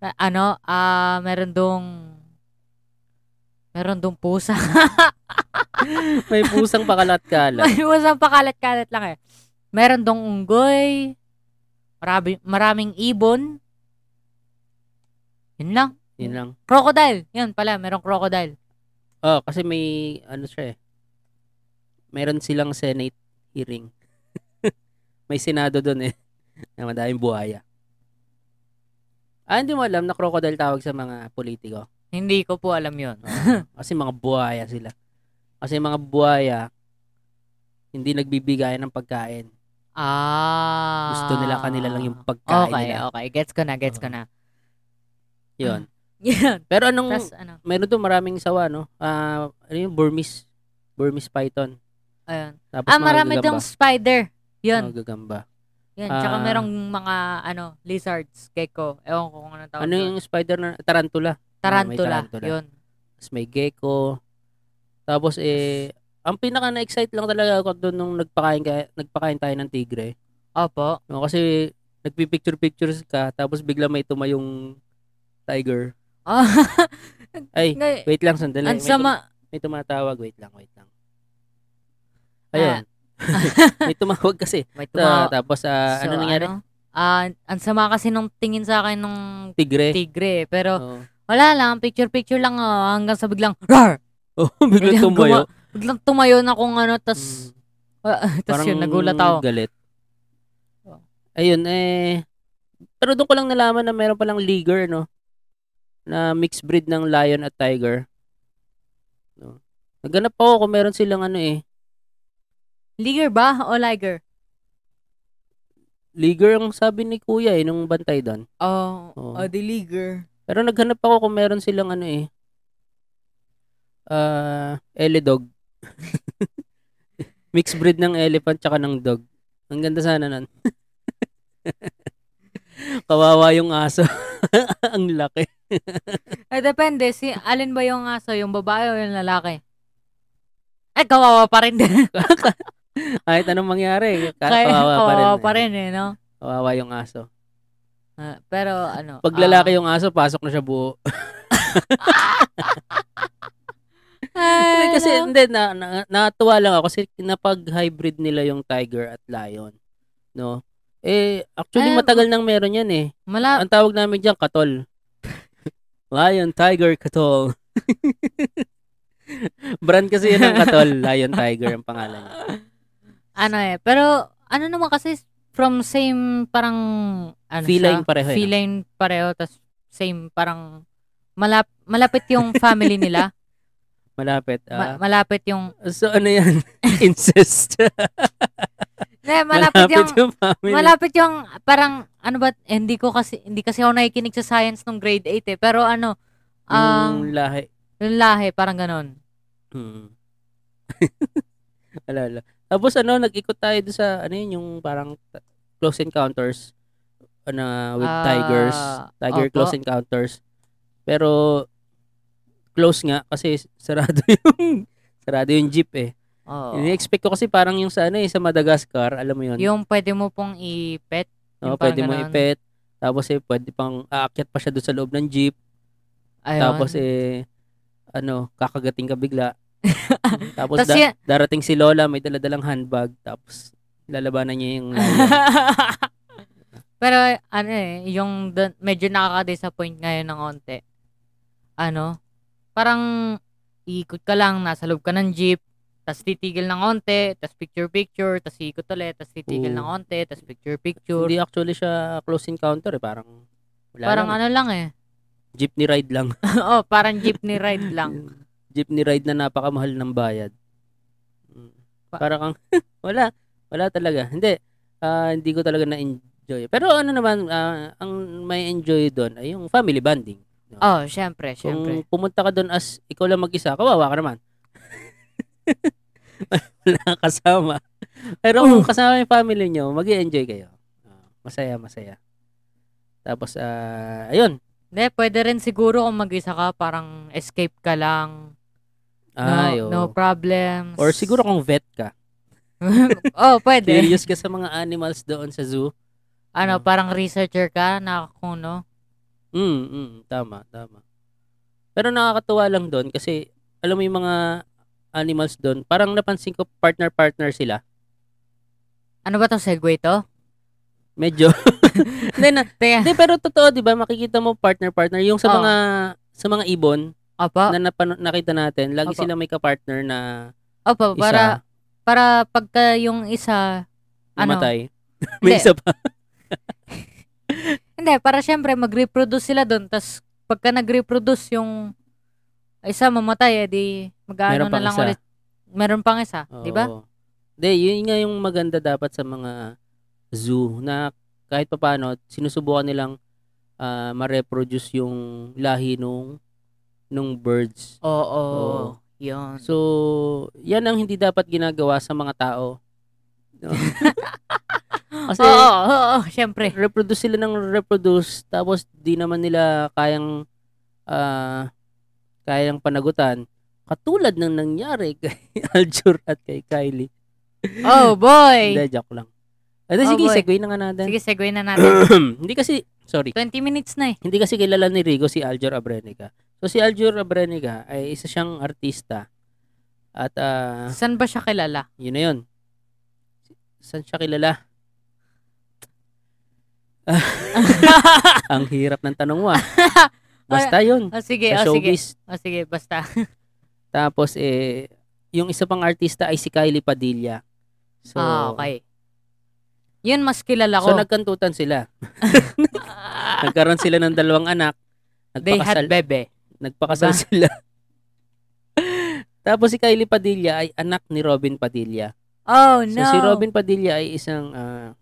[SPEAKER 2] Na- ano, ah, meron dong meron dong pusa.
[SPEAKER 1] *laughs* may pusang
[SPEAKER 2] *laughs*
[SPEAKER 1] pakalat-kalat.
[SPEAKER 2] May wasang pakalat-kalat lang eh. Meron dong unggoy, marami, maraming ibon. Yun lang.
[SPEAKER 1] Yun lang.
[SPEAKER 2] Crocodile. Yun pala, merong crocodile.
[SPEAKER 1] Oh, kasi may ano siya eh. Meron silang Senate hearing. *laughs* may Senado doon eh. Na madaming buhaya. Ah, hindi mo alam na crocodile tawag sa mga politiko.
[SPEAKER 2] Hindi ko po alam yun.
[SPEAKER 1] Kasi mga buhaya sila. Kasi mga buhaya, hindi nagbibigayan ng pagkain.
[SPEAKER 2] Ah.
[SPEAKER 1] Gusto nila kanila lang yung pagkain
[SPEAKER 2] Okay,
[SPEAKER 1] nila.
[SPEAKER 2] okay. Gets ko na, gets ko na. *laughs*
[SPEAKER 1] Yun.
[SPEAKER 2] Yun.
[SPEAKER 1] Pero anong,
[SPEAKER 2] Tapos ano,
[SPEAKER 1] meron doon maraming sawa, no? Ah, ano yung Burmese? Burmese python.
[SPEAKER 2] ayun.
[SPEAKER 1] Tapos
[SPEAKER 2] Ah,
[SPEAKER 1] mga
[SPEAKER 2] marami
[SPEAKER 1] gagamba.
[SPEAKER 2] dong spider. Yun,
[SPEAKER 1] Mga gagamba.
[SPEAKER 2] yun. Tsaka
[SPEAKER 1] ah.
[SPEAKER 2] merong mga, ano, lizards, gecko. Ewan ko kung ano tawag
[SPEAKER 1] Ano
[SPEAKER 2] doon.
[SPEAKER 1] yung spider na, tarantula.
[SPEAKER 2] Tarantula.
[SPEAKER 1] tarantula.
[SPEAKER 2] Yun.
[SPEAKER 1] Tapos may gecko. Tapos eh, ang pinaka na-excite lang talaga ako doon nung nagpakain, ka, nagpakain tayo ng tigre.
[SPEAKER 2] Opo. *laughs*
[SPEAKER 1] No, kasi nagpipicture-pictures ka, tapos bigla may tumayong tiger.
[SPEAKER 2] Ah,
[SPEAKER 1] Ay,
[SPEAKER 2] ngay-
[SPEAKER 1] wait lang, sandali. May,
[SPEAKER 2] Ang
[SPEAKER 1] *laughs*
[SPEAKER 2] sama.
[SPEAKER 1] tum- may tumatawag, wait lang, wait lang. Ayun. *laughs* may tumawag kasi.
[SPEAKER 2] May
[SPEAKER 1] Ta-
[SPEAKER 2] Ah. tumawa.
[SPEAKER 1] tapos ah, ano nangyari?
[SPEAKER 2] Ano, ah, ang sama kasi nung tingin sa akin nung
[SPEAKER 1] Tigre.
[SPEAKER 2] tigre. eh. Pero
[SPEAKER 1] Oo. *laughs*
[SPEAKER 2] wala lang, picture-picture lang ah, hanggang sa biglang, Rar!
[SPEAKER 1] Oh, biglang
[SPEAKER 2] Biglang
[SPEAKER 1] tumayo.
[SPEAKER 2] guma- biglang tumayo na kung ano,
[SPEAKER 1] Mm.
[SPEAKER 2] *laughs* tas, tas yun, nagulat ako.
[SPEAKER 1] galit.
[SPEAKER 2] Oo.
[SPEAKER 1] Ayun, eh, Pero doon ko lang nalaman na meron palang liger, no? Na mixed breed ng lion at tiger. No. Naghanap ako kung meron silang ano eh.
[SPEAKER 2] Liger ba o liger?
[SPEAKER 1] Liger ang sabi ni kuya eh, nung bantay doon.
[SPEAKER 2] Oh,
[SPEAKER 1] Oo.
[SPEAKER 2] oh, the liger.
[SPEAKER 1] Pero naghanap ako kung meron silang ano eh. Ah, eledog. *laughs* mixed breed ng elephant tsaka ng dog. Ang ganda sana nun. *laughs* Kawawa yung aso. *laughs* ang laki.
[SPEAKER 2] Eh, depende. Si, alin ba yung aso? Yung babae o yung lalaki? Ay, kawawa pa rin *laughs* din.
[SPEAKER 1] Kahit anong mangyari, ka-
[SPEAKER 2] Kaya-
[SPEAKER 1] kawawa, pa rin.
[SPEAKER 2] kawawa pa rin eh, no?
[SPEAKER 1] Kawawa yung aso.
[SPEAKER 2] Ah, pero ano.
[SPEAKER 1] Pag lalaki
[SPEAKER 2] *laughs*
[SPEAKER 1] yung aso, pasok na siya buo. *laughs*
[SPEAKER 2] Ah,
[SPEAKER 1] Hindi, kasi
[SPEAKER 2] ano?
[SPEAKER 1] hindi, na, na, natuwa lang ako kasi napag-hybrid nila yung tiger at lion. No? Eh, actually,
[SPEAKER 2] Ah,
[SPEAKER 1] matagal nang meron yan eh.
[SPEAKER 2] Mala,
[SPEAKER 1] Ang tawag namin dyan, katol. lion, tiger, katol. *laughs* Brand kasi yun ng katol. Lion, tiger ang pangalan niya.
[SPEAKER 2] ano eh. Pero, ano naman kasi, from same parang, ano
[SPEAKER 1] Feline
[SPEAKER 2] siya?
[SPEAKER 1] pareho eh, no?
[SPEAKER 2] Feline pareho, tas same parang, malap, malapit yung
[SPEAKER 1] *laughs*
[SPEAKER 2] family nila.
[SPEAKER 1] Malapit. ah.
[SPEAKER 2] Ma- malapit yung,
[SPEAKER 1] so, ano yan? *laughs* Incest.
[SPEAKER 2] eh, malapit yung,
[SPEAKER 1] family.
[SPEAKER 2] Malapit yung parang ano ba eh, hindi ko kasi hindi kasi ako nakikinig sa science nung grade 8 eh pero ano ang
[SPEAKER 1] Yung
[SPEAKER 2] um,
[SPEAKER 1] lahi.
[SPEAKER 2] yung lahi parang ganun.
[SPEAKER 1] Hmm. wala, wala. Tapos ano, nag-ikot tayo doon sa, ano yun, yung parang t- close encounters na with
[SPEAKER 2] Ah,
[SPEAKER 1] tigers. Tiger
[SPEAKER 2] opo.
[SPEAKER 1] close encounters. Pero, close nga kasi sarado *laughs* yung sarado yung jeep eh.
[SPEAKER 2] Oo.
[SPEAKER 1] Ini-expect ko kasi parang yung sa ano eh, sa Madagascar, alam mo yun.
[SPEAKER 2] Yung pwede mo pong ipet.
[SPEAKER 1] no,
[SPEAKER 2] yung parang
[SPEAKER 1] pwede mo
[SPEAKER 2] ganun.
[SPEAKER 1] ipet. Tapos eh, pwede pang aakyat pa siya doon sa loob ng jeep.
[SPEAKER 2] Ayun.
[SPEAKER 1] Tapos eh, ano, kakagating ka
[SPEAKER 2] *laughs*
[SPEAKER 1] bigla. Tapos
[SPEAKER 2] Tas
[SPEAKER 1] da-
[SPEAKER 2] yun-
[SPEAKER 1] darating si Lola, may daladalang handbag. Tapos lalabanan niya
[SPEAKER 2] *laughs*
[SPEAKER 1] yung...
[SPEAKER 2] pero ano eh yung dun- medyo nakaka-disappoint ngayon ng onte. Ano? Parang iikot ka lang nasa loob ka ng jeep tas titigil ng onte, tas picture-picture, tas ikot ulit, tas
[SPEAKER 1] Oo.
[SPEAKER 2] titigil ng onte, tas picture-picture.
[SPEAKER 1] Hindi actually siya close encounter eh. Parang... Wala
[SPEAKER 2] Parang
[SPEAKER 1] lang,
[SPEAKER 2] ano lang eh. *laughs*
[SPEAKER 1] Jeepney ride lang.
[SPEAKER 2] Oo, parang jeepney ride
[SPEAKER 1] *laughs*
[SPEAKER 2] lang.
[SPEAKER 1] jeepney ride na napakamahal ng bayad. Mm.
[SPEAKER 2] Pa-
[SPEAKER 1] Parang kang... *laughs* wala. Wala talaga. Hindi. Ah, hindi ko talaga na-enjoy. Pero ano naman, ah, ang may enjoy doon ay yung family bonding.
[SPEAKER 2] Oh, syempre,
[SPEAKER 1] Kung
[SPEAKER 2] syempre.
[SPEAKER 1] pumunta ka doon as ikaw lang mag-isa, kawawa ka
[SPEAKER 2] *laughs*
[SPEAKER 1] naman. Wala kang kasama. Pero kung
[SPEAKER 2] Hmm.
[SPEAKER 1] kasama yung family nyo, mag enjoy kayo. Ah, Masaya, masaya. Tapos, ah, ayun.
[SPEAKER 2] Hindi, pwede rin siguro kung mag-isa ka, parang escape ka lang. No,
[SPEAKER 1] Ay,
[SPEAKER 2] no
[SPEAKER 1] oo.
[SPEAKER 2] problems.
[SPEAKER 1] Ah, Or siguro
[SPEAKER 2] *laughs*
[SPEAKER 1] kung vet ka.
[SPEAKER 2] oh, pwede.
[SPEAKER 1] Curious ka sa mga animals doon sa zoo.
[SPEAKER 2] ano, parang researcher ka, nakakuno.
[SPEAKER 1] Mm, mm, tama, tama. Pero nakakatuwa lang doon kasi alam mo yung mga animals doon, parang napansin ko partner-partner sila.
[SPEAKER 2] Ano ba to segue to? *laughs*
[SPEAKER 1] Medyo. *laughs* Hindi na,
[SPEAKER 2] Teka,
[SPEAKER 1] Hindi, pero totoo, di ba? Makikita mo partner-partner. Yung sa
[SPEAKER 2] Oo.
[SPEAKER 1] mga sa mga ibon
[SPEAKER 2] opo,
[SPEAKER 1] na napan- nakita natin, lagi
[SPEAKER 2] Opo.
[SPEAKER 1] silang may kapartner na
[SPEAKER 2] opo,
[SPEAKER 1] isa
[SPEAKER 2] para, para pagka yung
[SPEAKER 1] *laughs*
[SPEAKER 2] isa, ano,
[SPEAKER 1] namatay. *laughs* may
[SPEAKER 2] Hindi.
[SPEAKER 1] isa pa.
[SPEAKER 2] Hindi, para syempre mag-reproduce sila doon. Tapos pagka nag-reproduce yung isa mamatay, eh di mag-ano
[SPEAKER 1] Meron
[SPEAKER 2] na
[SPEAKER 1] pang
[SPEAKER 2] lang
[SPEAKER 1] isa.
[SPEAKER 2] ulit. Meron pang isa, *laughs* di ba?
[SPEAKER 1] Oo. Hindi, yun nga yung maganda dapat sa mga zoo na kahit papaano, sinusubukan nilang ah, ma-reproduce yung lahi nung nung birds.
[SPEAKER 2] Oo,
[SPEAKER 1] Oo.
[SPEAKER 2] yun. *gasps*
[SPEAKER 1] So, yan ang hindi dapat ginagawa sa mga tao. No? Kasi,
[SPEAKER 2] oo, oo, oo, syempre.
[SPEAKER 1] reproduce sila ng reproduce tapos di naman nila kayang ah, kayang panagutan katulad ng nangyari *laughs* kay Aljur at kay Kylie. *laughs*
[SPEAKER 2] Oh, boy!
[SPEAKER 1] Hindi, joke lang. Ano,
[SPEAKER 2] Oh,
[SPEAKER 1] sige,
[SPEAKER 2] boy.
[SPEAKER 1] segue na nga natin.
[SPEAKER 2] Sige, segue na
[SPEAKER 1] *coughs*
[SPEAKER 2] natin.
[SPEAKER 1] *clears throat* hindi kasi, sorry,
[SPEAKER 2] 20 minutes na eh.
[SPEAKER 1] hindi kasi kilala ni Rigo si Aljur Abrenica. So, si Aljur Abrenica ay isa siyang artista. At, ah,
[SPEAKER 2] Saan ba siya
[SPEAKER 1] *laughs*
[SPEAKER 2] kilala? *laughs*
[SPEAKER 1] yun na yun. Saan siya kilala? Ah, Ang hirap ng tanong mo. ah. Basta yun.
[SPEAKER 2] oh, sige,
[SPEAKER 1] Sa
[SPEAKER 2] oh, sige.
[SPEAKER 1] showbiz.
[SPEAKER 2] Oh, sige, basta.
[SPEAKER 1] Tapos, eh, yung isa pang artista ay si Kylie Padilla. So,
[SPEAKER 2] ah, okay. Ah, Yun, mas kilala ko.
[SPEAKER 1] *laughs*
[SPEAKER 2] Ah,
[SPEAKER 1] so nagkantutan sila. Nagkaroon sila ng dalawang anak.
[SPEAKER 2] *laughs* They had
[SPEAKER 1] Nagpakasal,
[SPEAKER 2] bebe.
[SPEAKER 1] nagpakasal
[SPEAKER 2] Diba?
[SPEAKER 1] sila. *laughs* Tapos si Kylie Padilla ay anak ni Robin Padilla.
[SPEAKER 2] Oh,
[SPEAKER 1] So
[SPEAKER 2] no.
[SPEAKER 1] si Robin Padilla ay isang ah,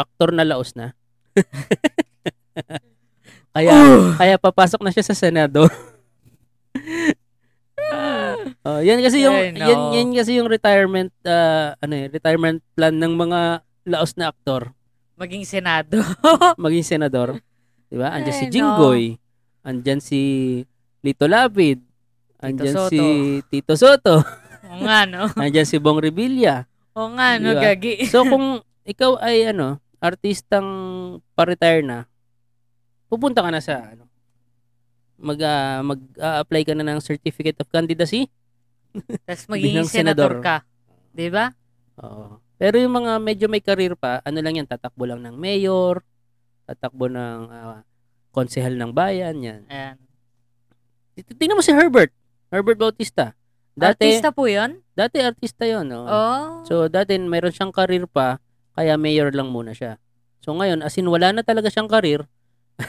[SPEAKER 1] aktor na laos na. *laughs* kaya kaya papasok na siya sa Senado. oh, yan kasi yung
[SPEAKER 2] Ay, no.
[SPEAKER 1] yan, yan kasi yung retirement ah, ano eh, retirement plan ng mga laos na aktor.
[SPEAKER 2] *laughs* Maging senado. *laughs*
[SPEAKER 1] maging senador. Di ba? Andiyan si
[SPEAKER 2] Ay, no.
[SPEAKER 1] Jinggoy. Andiyan si Lito Lapid. Andiyan
[SPEAKER 2] Soto.
[SPEAKER 1] si Tito Soto. *laughs*
[SPEAKER 2] Oo nga, no?
[SPEAKER 1] Andiyan si Bong Revilla.
[SPEAKER 2] Oo nga, no,
[SPEAKER 1] Diba? *laughs*
[SPEAKER 2] gagi.
[SPEAKER 1] So kung ikaw ay ano, artistang pa-retire na, pupunta ka na sa ano, mag ah, mag-apply ka na ng certificate of candidacy.
[SPEAKER 2] Tapos
[SPEAKER 1] Bilang
[SPEAKER 2] magiging
[SPEAKER 1] senador.
[SPEAKER 2] senador ka. Di ba?
[SPEAKER 1] Oo. Pero yung mga medyo may career pa, ano lang yan, tatakbo lang ng mayor, tatakbo ng ah, konsehal ng bayan, yan.
[SPEAKER 2] Ayan.
[SPEAKER 1] Tingnan mo si Herbert. Herbert Bautista. Dati,
[SPEAKER 2] Artista po yun?
[SPEAKER 1] dati artista yun. No?
[SPEAKER 2] Oh.
[SPEAKER 1] So, dati mayroon siyang karir pa, kaya mayor lang muna siya. So, ngayon, as in, wala na talaga siyang karir, *laughs*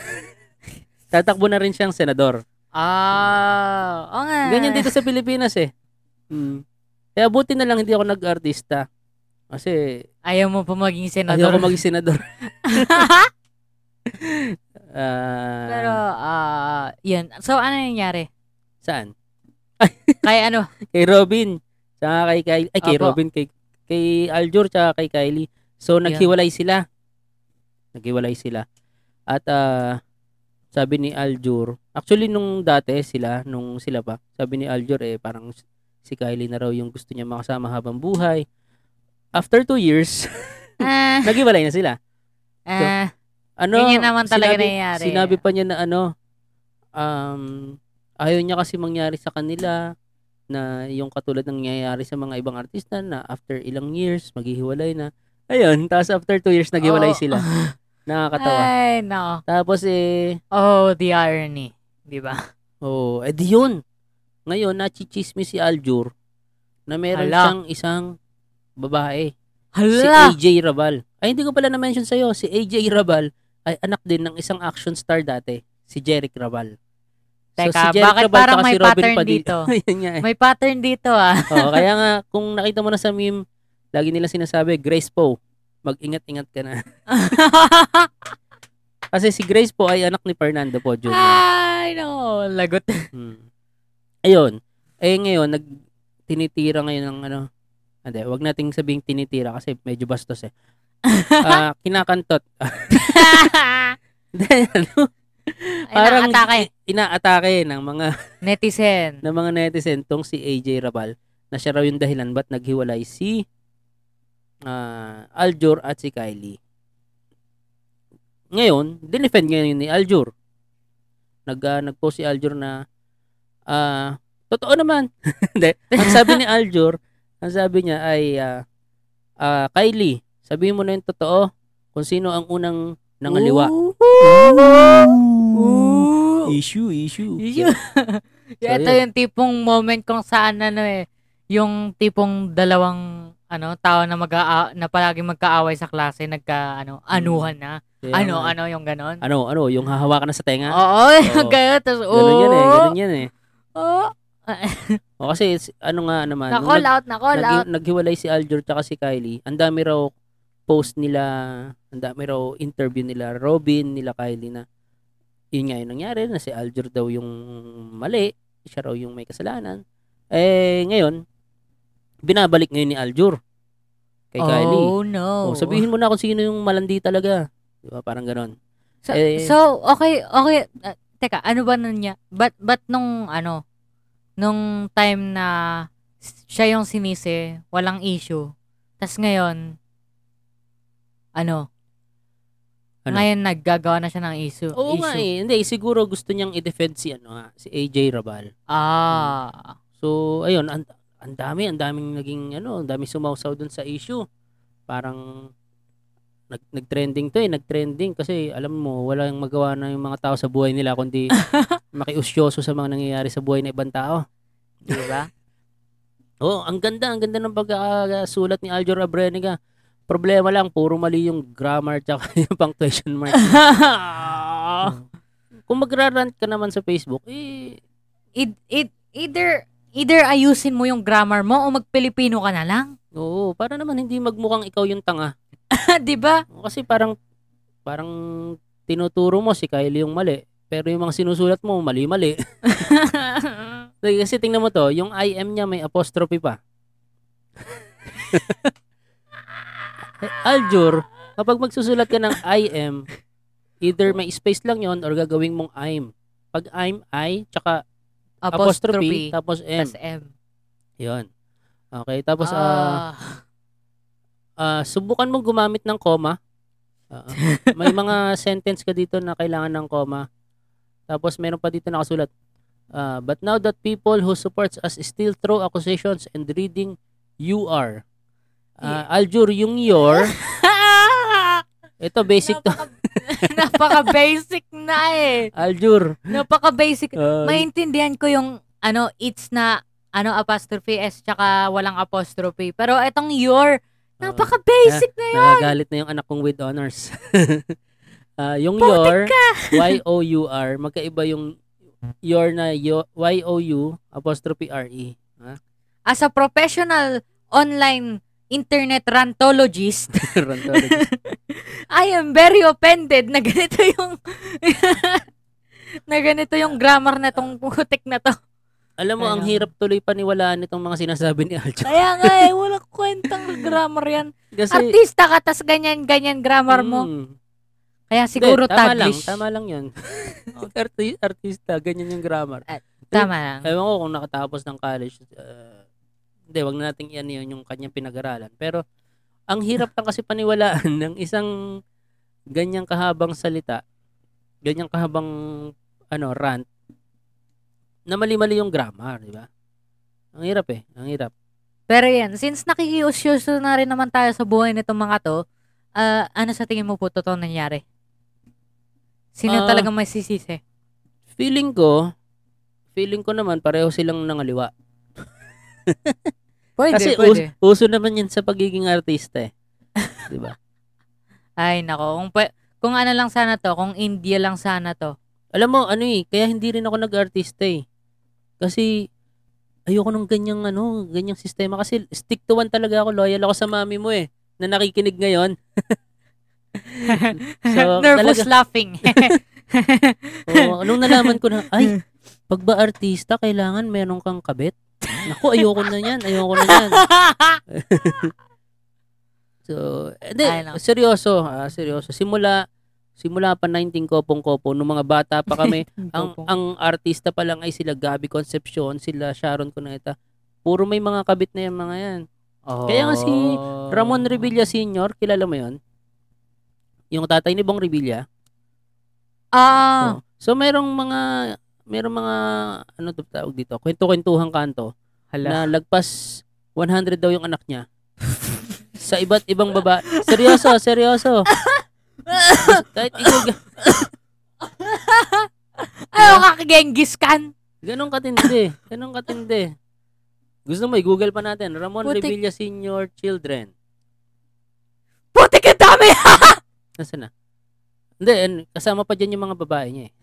[SPEAKER 1] tatakbo na rin siyang senador.
[SPEAKER 2] ah. Oo nga.
[SPEAKER 1] Ganyan dito sa Pilipinas eh. Mm. Kaya buti na lang hindi ako nag-artista. Kasi
[SPEAKER 2] Ayaw mo pa maging senador.
[SPEAKER 1] ayoko maging
[SPEAKER 2] *laughs*
[SPEAKER 1] senador. Ah,
[SPEAKER 2] Pero, ah, yun. So, ano nangyari?
[SPEAKER 1] saan?
[SPEAKER 2] Kaya
[SPEAKER 1] *laughs*
[SPEAKER 2] ano?
[SPEAKER 1] kay Robin, tsaka kay Kylie, ay kay
[SPEAKER 2] Apo.
[SPEAKER 1] Robin, kay, kay Aljur, tsaka kay Kylie. So, naghiwalay sila. Naghiwalay sila. At, ah, sabi ni Aljur, actually, nung dati sila, nung sila pa, sabi ni Aljur, eh, parang si Kylie na raw yung gusto niya makasama habang buhay. After two years, *laughs*
[SPEAKER 2] Ah,
[SPEAKER 1] naghiwalay na sila.
[SPEAKER 2] ah,
[SPEAKER 1] Ano,
[SPEAKER 2] Ganyan naman talaga
[SPEAKER 1] sinabi,
[SPEAKER 2] nangyayari.
[SPEAKER 1] Sinabi pa niya na ano, um, ayaw niya kasi mangyari sa kanila na yung katulad ng nangyayari sa mga ibang artista na after ilang years, maghihiwalay na. Ayun, tapos after two years, naghiwalay
[SPEAKER 2] oo. *laughs* Eh.
[SPEAKER 1] sila. Nakakatawa.
[SPEAKER 2] Ay, no.
[SPEAKER 1] Tapos eh,
[SPEAKER 2] Oh, the irony. Di ba?
[SPEAKER 1] oh, eh di yun. Ngayon, nachichismis si Aljur na meron
[SPEAKER 2] Hala.
[SPEAKER 1] siyang isang babae. Si AJ Rabal. Ay, hindi ko pala na-mention sa'yo. Si AJ Rabal ay anak din ng isang action star dati, si Jeric Rabal.
[SPEAKER 2] Teka, bakit parang
[SPEAKER 1] tsaka
[SPEAKER 2] may pattern
[SPEAKER 1] Padilla. *laughs*
[SPEAKER 2] dito?
[SPEAKER 1] Ayan
[SPEAKER 2] *laughs*
[SPEAKER 1] nga eh.
[SPEAKER 2] May pattern dito, ah.
[SPEAKER 1] *laughs* Oo, kaya nga, kung nakita mo na sa meme, lagi nila sinasabi, Grace Poe, mag-ingat-ingat ka na. *laughs* Kasi si Grace Poe ay anak ni Fernando Poe Jr.
[SPEAKER 2] Ah! Ay, no.
[SPEAKER 1] *laughs*
[SPEAKER 2] Lagot.
[SPEAKER 1] Hmm. Ayun. Eh ngayon, nag tinitira ngayon ng ano, hindi, wag nating sabing tinitira kasi medyo bastos
[SPEAKER 2] *laughs*
[SPEAKER 1] eh. Ah, kinakantot. *laughs* Hindi, ano,
[SPEAKER 2] Parang atake.
[SPEAKER 1] inaatake ng mga *laughs*
[SPEAKER 2] Netizen.
[SPEAKER 1] ng mga netizen tong si AJ Rabal na siya raw yung dahilan ba't naghiwalay si ah, Aljur at si Kylie. Ngayon, dinefend ngayon ni Aljur. Nag, ah, nag-post si Aljur na ah, totoo naman. *laughs* Hindi. Ang sabi ni Aljur, ang sabi niya ay ah, ah, Kylie, sabihin mo na yung totoo kung sino ang unang nangaliwa.
[SPEAKER 2] Ooh.
[SPEAKER 1] Issue, issue.
[SPEAKER 2] Issue. Yeah, ito
[SPEAKER 1] yun.
[SPEAKER 2] yung tipong moment kung saan ano eh, yung tipong dalawang ano tao na mag na palagi magkaaway sa klase nagka ano anuhan na.
[SPEAKER 1] Hmm. Kaya
[SPEAKER 2] Ano
[SPEAKER 1] nga,
[SPEAKER 2] ano Oh, yung ganon?
[SPEAKER 1] Ano, ano, yung hahawakan na sa tenga?
[SPEAKER 2] Oo, yung *laughs*
[SPEAKER 1] Oo.
[SPEAKER 2] ganun. Tapos, oo.
[SPEAKER 1] Ganun yan eh, ganun yan eh.
[SPEAKER 2] oo.
[SPEAKER 1] O kasi s- ano nga naman, nung
[SPEAKER 2] Na-call
[SPEAKER 1] nag-
[SPEAKER 2] out, na-call
[SPEAKER 1] naghi-
[SPEAKER 2] out.
[SPEAKER 1] naghiwalay si Aljur tsaka si Kylie, ang dami raw post nila, ang dami raw interview nila Robin, nila Kylie na yun nga yung nangyari na si Aljur daw yung mali, siya raw yung may kasalanan. Eh ngayon, binabalik ngayon ni Aljur kay Kylie.
[SPEAKER 2] Oh,
[SPEAKER 1] O,
[SPEAKER 2] no.
[SPEAKER 1] sabihin mo na kung sino yung malandi talaga. Di ba? Parang ganon.
[SPEAKER 2] So,
[SPEAKER 1] Eh,
[SPEAKER 2] so, okay, okay. Ah, teka, ano ba nun niya? Ba't, ba't nung, ano, nung time na s- siya yung sinisi, walang issue. Tapos ngayon, ano,
[SPEAKER 1] Ano?
[SPEAKER 2] ngayon naggagawa na siya ng issue.
[SPEAKER 1] Oo
[SPEAKER 2] issue.
[SPEAKER 1] nga eh. Hindi, siguro gusto niyang i-defend si, ano, nga, si AJ Rabal.
[SPEAKER 2] Ah.
[SPEAKER 1] So, ayun, ang ang dami, ang daming naging ano, ang daming sumausaw dun sa issue. Parang nag nag-trending 'to eh, nag-trending kasi alam mo, wala yung magawa na yung mga tao sa buhay nila kundi makiusyoso sa mga nangyayari sa buhay ng ibang tao.
[SPEAKER 2] Di ba? *laughs*
[SPEAKER 1] Oh, ang ganda, ang ganda ng pagkakasulat ni Aljor Abreniga. Problema lang, puro mali yung grammar tsaka *laughs* yung punctuation mark. Kung magra-rant ka naman sa Facebook, eh,
[SPEAKER 2] it, it, either, either ayusin mo yung grammar mo o mag-Pilipino ka na lang. *laughs*
[SPEAKER 1] oo, para naman hindi magmukhang ikaw yung tanga.
[SPEAKER 2] di ba? *laughs*
[SPEAKER 1] Kasi parang, parang tinuturo mo si Kylie yung mali. Pero yung mga sinusulat mo, mali-mali. *laughs* Like, Kasi tingnan mo to, yung IM niya may apostrophe pa. *laughs* Eh, Aljur, kapag magsusulat ka ng IM, either may space lang yon or gagawin mong I'm. Pag I'm, I, tsaka apostrophe,
[SPEAKER 2] apostrophe,
[SPEAKER 1] tapos M.
[SPEAKER 2] tas M.
[SPEAKER 1] Yun. Okay, tapos ah,
[SPEAKER 2] Ah.
[SPEAKER 1] ah, subukan mong gumamit ng comma. Ah, may mga sentence ka dito na kailangan ng comma. Tapos meron pa dito nakasulat. ah, but now that people who supports us still throw accusations and reading you are. Ah, Aljur, yung your, ito *laughs* basic to.
[SPEAKER 2] Ah. Napaka- *laughs* Napaka-basic na eh.
[SPEAKER 1] Aljur.
[SPEAKER 2] Napaka-basic.
[SPEAKER 1] ah,
[SPEAKER 2] Maintindihan ko yung ano, it's na ano apostrophe S tsaka walang apostrophe. Pero itong
[SPEAKER 1] ah,
[SPEAKER 2] your, napaka-basic na yun.
[SPEAKER 1] Nakagalit na yung anak kong with honors. *laughs* Ah, yung your,
[SPEAKER 2] *laughs*
[SPEAKER 1] Y-O-U-R, magkaiba yung your na yo- Y-O-U, apostrophe *laughs* R-E. Ah,
[SPEAKER 2] As a professional online internet rantologist, *laughs*
[SPEAKER 1] rheumatologist.
[SPEAKER 2] I am very offended na ganito yung *laughs* na ganito yung grammar na tong putik na to.
[SPEAKER 1] Alam mo, ang
[SPEAKER 2] Alam.
[SPEAKER 1] hirap tuloy paniwalaan itong mga sinasabi ni Aljo.
[SPEAKER 2] Kaya nga eh, walang kwentang grammar yan.
[SPEAKER 1] *laughs* Kasi,
[SPEAKER 2] Artista ka, tas ganyan-ganyan grammar mo.
[SPEAKER 1] Mm.
[SPEAKER 2] Kaya siguro
[SPEAKER 1] Hindi, tama
[SPEAKER 2] taglish.
[SPEAKER 1] Lang, tama lang
[SPEAKER 2] *laughs*
[SPEAKER 1] yun. Arti- artista, ganyan yung grammar.
[SPEAKER 2] Tama lang.
[SPEAKER 1] Ewan ko kung nakatapos ng college. uh, hindi, wag na nating iyan yun yung kanyang pinag-aralan. Pero, ang hirap lang kasi paniwalaan *laughs* ng isang ganyang kahabang salita, ganyang kahabang ano, rant, na mali-mali yung grammar, di ba? Ang hirap eh, ang hirap.
[SPEAKER 2] Pero yan, since nakikiusyoso na rin naman tayo sa buhay nitong mga to, ah, ano sa tingin mo po totoo nangyari? Sino
[SPEAKER 1] Ah.
[SPEAKER 2] talaga may sisisi?
[SPEAKER 1] Feeling ko, feeling ko naman pareho silang nangaliwa.
[SPEAKER 2] Pwede,
[SPEAKER 1] Kasi us-
[SPEAKER 2] pwede.
[SPEAKER 1] uso naman yan sa pagiging artista eh. Diba? di ba?
[SPEAKER 2] Ay, nako. Kung, pwe- kung ano lang sana to, kung India lang sana to.
[SPEAKER 1] Alam mo, ano eh, kaya hindi rin ako nag-artista eh. Kasi, ayoko nung ganyang, ano, ganyang sistema. Kasi, stick to one talaga ako. Loyal ako sa mami mo eh, na nakikinig ngayon. So,
[SPEAKER 2] *laughs* Nervous
[SPEAKER 1] talaga- *laughs*
[SPEAKER 2] laughing.
[SPEAKER 1] Oo, nung nalaman ko na, ay, pag ba artista, kailangan meron kang kabit. Naku, ayoko na yan, ayoko na yan. So, hindi,
[SPEAKER 2] Ay, nako.
[SPEAKER 1] seryoso, ah, seryoso. Simula, simula pa 19 kopong-kopo, nung mga bata pa kami, ang ang artista pa lang ay sila Gabby Concepcion, sila Sharon Cuneta. Puro may mga kabit na yan mga yan. Kaya nga si Ramon Revilla Sr., kilala mo yon Yung tatay ni Bong Revilla.
[SPEAKER 2] Ah,
[SPEAKER 1] Oo. Oh. So merong mga merong mga ano to tawag dito, kwento-kwentuhang kanto
[SPEAKER 2] hala.
[SPEAKER 1] na lagpas 100 daw yung anak
[SPEAKER 2] *laughs*
[SPEAKER 1] niya. sa iba't ibang baba. Seryoso,
[SPEAKER 2] *laughs*
[SPEAKER 1] seryoso. Kahit ikaw,
[SPEAKER 2] Ayaw ka Genghis Khan.
[SPEAKER 1] Ganong katindi. Ganong katindi. Gusto mo, i-google pa natin. Ramon
[SPEAKER 2] Putik.
[SPEAKER 1] Revilla Senior Children.
[SPEAKER 2] Puti ka dami!
[SPEAKER 1] Nasaan na? Hindi, and kasama pa dyan yung mga babae niya eh.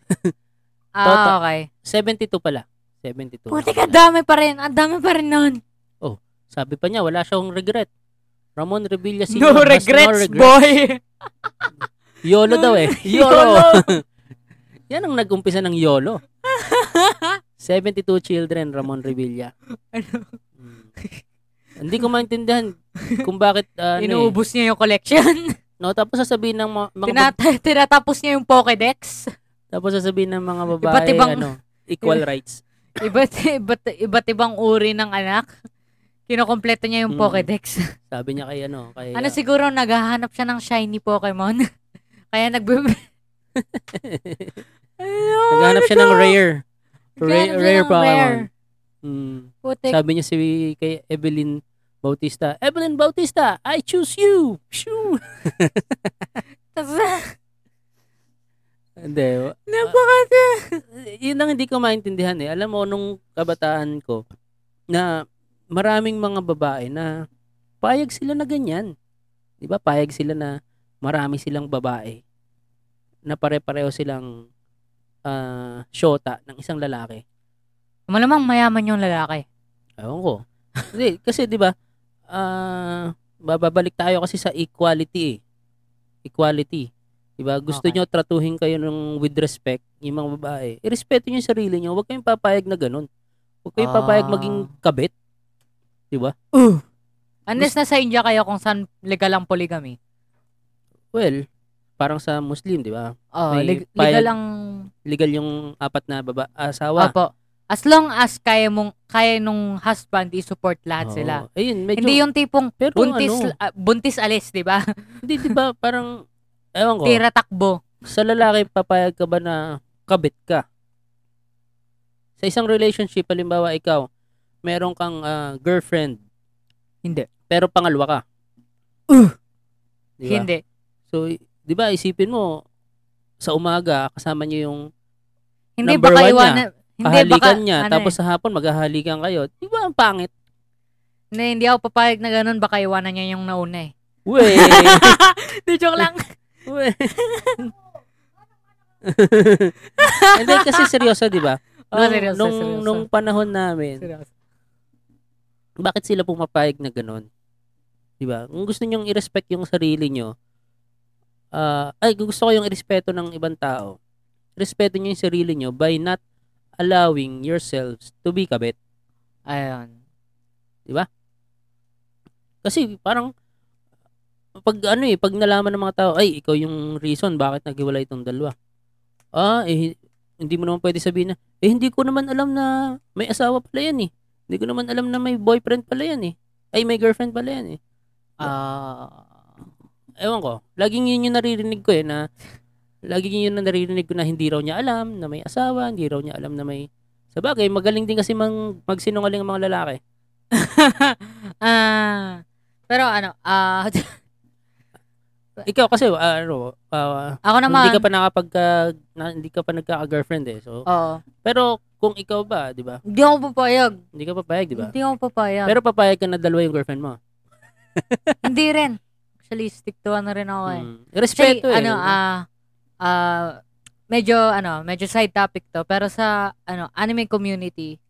[SPEAKER 1] Toto. Tota-
[SPEAKER 2] ah, okay.
[SPEAKER 1] 72 pala. 72.
[SPEAKER 2] Puti
[SPEAKER 1] Nakapila.
[SPEAKER 2] ka dami pa rin. Ang dami pa rin nun.
[SPEAKER 1] Sabi pa niya, wala siyang regret. Ramon Revilla Senior. has regret.
[SPEAKER 2] boy.
[SPEAKER 1] YOLO
[SPEAKER 2] No
[SPEAKER 1] daw
[SPEAKER 2] *laughs*
[SPEAKER 1] eh.
[SPEAKER 2] regret.
[SPEAKER 1] YOLO. Yan ang nag-umpisa ng YOLO. 72 children, Ramon Revilla.
[SPEAKER 2] ano?
[SPEAKER 1] Mm. Hindi ko maintindihan kung
[SPEAKER 2] *laughs*
[SPEAKER 1] bakit ah, ano, eh.
[SPEAKER 2] Inuubos niya yung *laughs* collection.
[SPEAKER 1] No, tapos sasabihin ng mga, mga
[SPEAKER 2] Tinata- tinatapos niya yung Pokedex.
[SPEAKER 1] Tapos sasabihin ng mga babae,
[SPEAKER 2] Iba't ibang-
[SPEAKER 1] ano, equal rights.
[SPEAKER 2] Iba't, iba't, iba't ibang uri ng anak. Kinokompleto niya yung
[SPEAKER 1] Mm.
[SPEAKER 2] Pokedex.
[SPEAKER 1] Sabi niya kay ano, kay...
[SPEAKER 2] Ano
[SPEAKER 1] ah, *laughs*
[SPEAKER 2] siguro, naghahanap siya ng shiny Pokemon. *laughs* Kaya nagbe... ano?
[SPEAKER 1] Naghanap
[SPEAKER 2] ano
[SPEAKER 1] siya ng
[SPEAKER 2] to?
[SPEAKER 1] rare.
[SPEAKER 2] Naghahanap
[SPEAKER 1] Rare,
[SPEAKER 2] siya
[SPEAKER 1] rare
[SPEAKER 2] ng
[SPEAKER 1] Pokemon.
[SPEAKER 2] rare.
[SPEAKER 1] Mm.
[SPEAKER 2] Putik.
[SPEAKER 1] Sabi niya si kay Evelyn Bautista, Evelyn Bautista, I choose you! Shoo!
[SPEAKER 2] Tas-
[SPEAKER 1] Hindi. oh.
[SPEAKER 2] Napakata.
[SPEAKER 1] Yun ang hindi ko maintindihan eh. Alam mo, nung kabataan ko, na maraming mga babae na payag sila na ganyan. 'Di ba? Payag sila na marami silang babae na pare-pareho silang ah syota ng isang lalaki.
[SPEAKER 2] Malamang mayaman yung lalaki.
[SPEAKER 1] Ewan ko. Hindi, kasi 'di ba? Ah, bababalik tayo kasi sa equality. eh. Equality. 'Di ba? Gusto
[SPEAKER 2] Okay.
[SPEAKER 1] nyo tratuhin kayo ng with respect yung mga babae. Irespeto niyo yung sarili niyo. Huwag kayong papayag na ganun. Huwag kayong papayag
[SPEAKER 2] Ah.
[SPEAKER 1] maging kabit.
[SPEAKER 2] Unless nasa India kayo kung saan legal ang polygamy.
[SPEAKER 1] Well, parang sa Muslim, 'di ba?
[SPEAKER 2] Oh,
[SPEAKER 1] May
[SPEAKER 2] leg-
[SPEAKER 1] payag-
[SPEAKER 2] legal ang
[SPEAKER 1] Legal yung apat na baba asawa.
[SPEAKER 2] Opo. ah, As long as kaya mong kaya nung husband i-support lahat
[SPEAKER 1] Oo.
[SPEAKER 2] sila.
[SPEAKER 1] Ayun, medyo
[SPEAKER 2] Hindi yung tipong
[SPEAKER 1] pero
[SPEAKER 2] buntis
[SPEAKER 1] ano,
[SPEAKER 2] ah, buntis alis, 'di ba?
[SPEAKER 1] hindi 'di ba parang ewan ko.
[SPEAKER 2] Tira takbo.
[SPEAKER 1] sa lalaki, papayag ka ba na kabit ka? Sa isang relationship, halimbawa ikaw, meron kang ah, girlfriend,
[SPEAKER 2] Hindi.
[SPEAKER 1] pero pangalwa ka.
[SPEAKER 2] Uh!
[SPEAKER 1] Di ba?
[SPEAKER 2] Hindi.
[SPEAKER 1] So, i- di ba, isipin mo, sa umaga, kasama niyo yung
[SPEAKER 2] Hindi
[SPEAKER 1] Number
[SPEAKER 2] baka
[SPEAKER 1] one niya,
[SPEAKER 2] iwanan hindi baka
[SPEAKER 1] kahalikan niya,
[SPEAKER 2] ano
[SPEAKER 1] tapos
[SPEAKER 2] eh,
[SPEAKER 1] sa hapon, maghahalikan kayo. Di ba, ang pangit?
[SPEAKER 2] hindi, hindi ako papayag na ganun baka iwanan niya yung nauna
[SPEAKER 1] *laughs*
[SPEAKER 2] eh.
[SPEAKER 1] Weh!
[SPEAKER 2] Di joke
[SPEAKER 1] *laughs*
[SPEAKER 2] lang. *laughs*
[SPEAKER 1] Weh! Hindi, kasi seryoso, di ba?
[SPEAKER 2] Oo, Oh, seryoso,
[SPEAKER 1] nung,
[SPEAKER 2] seryoso.
[SPEAKER 1] nung panahon namin, bakit sila pumapayag na ganun? 'Di ba? Kung gusto niyo i-respect yung sarili niyo, ah, ay kung gusto ko yung irespeto ng ibang tao. Respeto niyo yung sarili niyo by not allowing yourselves to be kabit.
[SPEAKER 2] Ayun.
[SPEAKER 1] Kasi parang pag ano eh, pag nalaman ng mga tao, ay ikaw yung reason bakit naghiwalay itong dalawa. Ah, eh, hindi mo naman pwede sabihin na, eh hindi ko naman alam na may asawa pala yan eh. Hindi ko naman alam na may boyfriend pala yan eh. Ay, may girlfriend pala yan eh.
[SPEAKER 2] Ah.
[SPEAKER 1] ewan ko, laging yun yung naririnig ko eh, na laging yun yung naririnig ko na hindi raw niya alam na may asawa, hindi raw niya alam na may... Sa bagay, magaling din kasi mang, magsinungaling ang mga lalaki.
[SPEAKER 2] *laughs* Ah. pero ano, ah *laughs*
[SPEAKER 1] Ikaw kasi, ah, ano, ah,
[SPEAKER 2] ako naman.
[SPEAKER 1] hindi ka pa nakapag, na, hindi ka pa nagkaka-girlfriend eh. So,
[SPEAKER 2] Oo.
[SPEAKER 1] pero kung ikaw ba, di ba?
[SPEAKER 2] Hindi ako papayag.
[SPEAKER 1] Hindi ka papayag, di ba?
[SPEAKER 2] Hindi ako papayag.
[SPEAKER 1] Pero papayag ka na dalawa yung girlfriend mo.
[SPEAKER 2] hindi rin. Actually, stick to ano rin ako eh.
[SPEAKER 1] Mm. Respeto
[SPEAKER 2] Actually,
[SPEAKER 1] eh.
[SPEAKER 2] ano,
[SPEAKER 1] di ba?
[SPEAKER 2] ah, ah, medyo, ano, medyo side topic to. Pero sa, ano, anime community,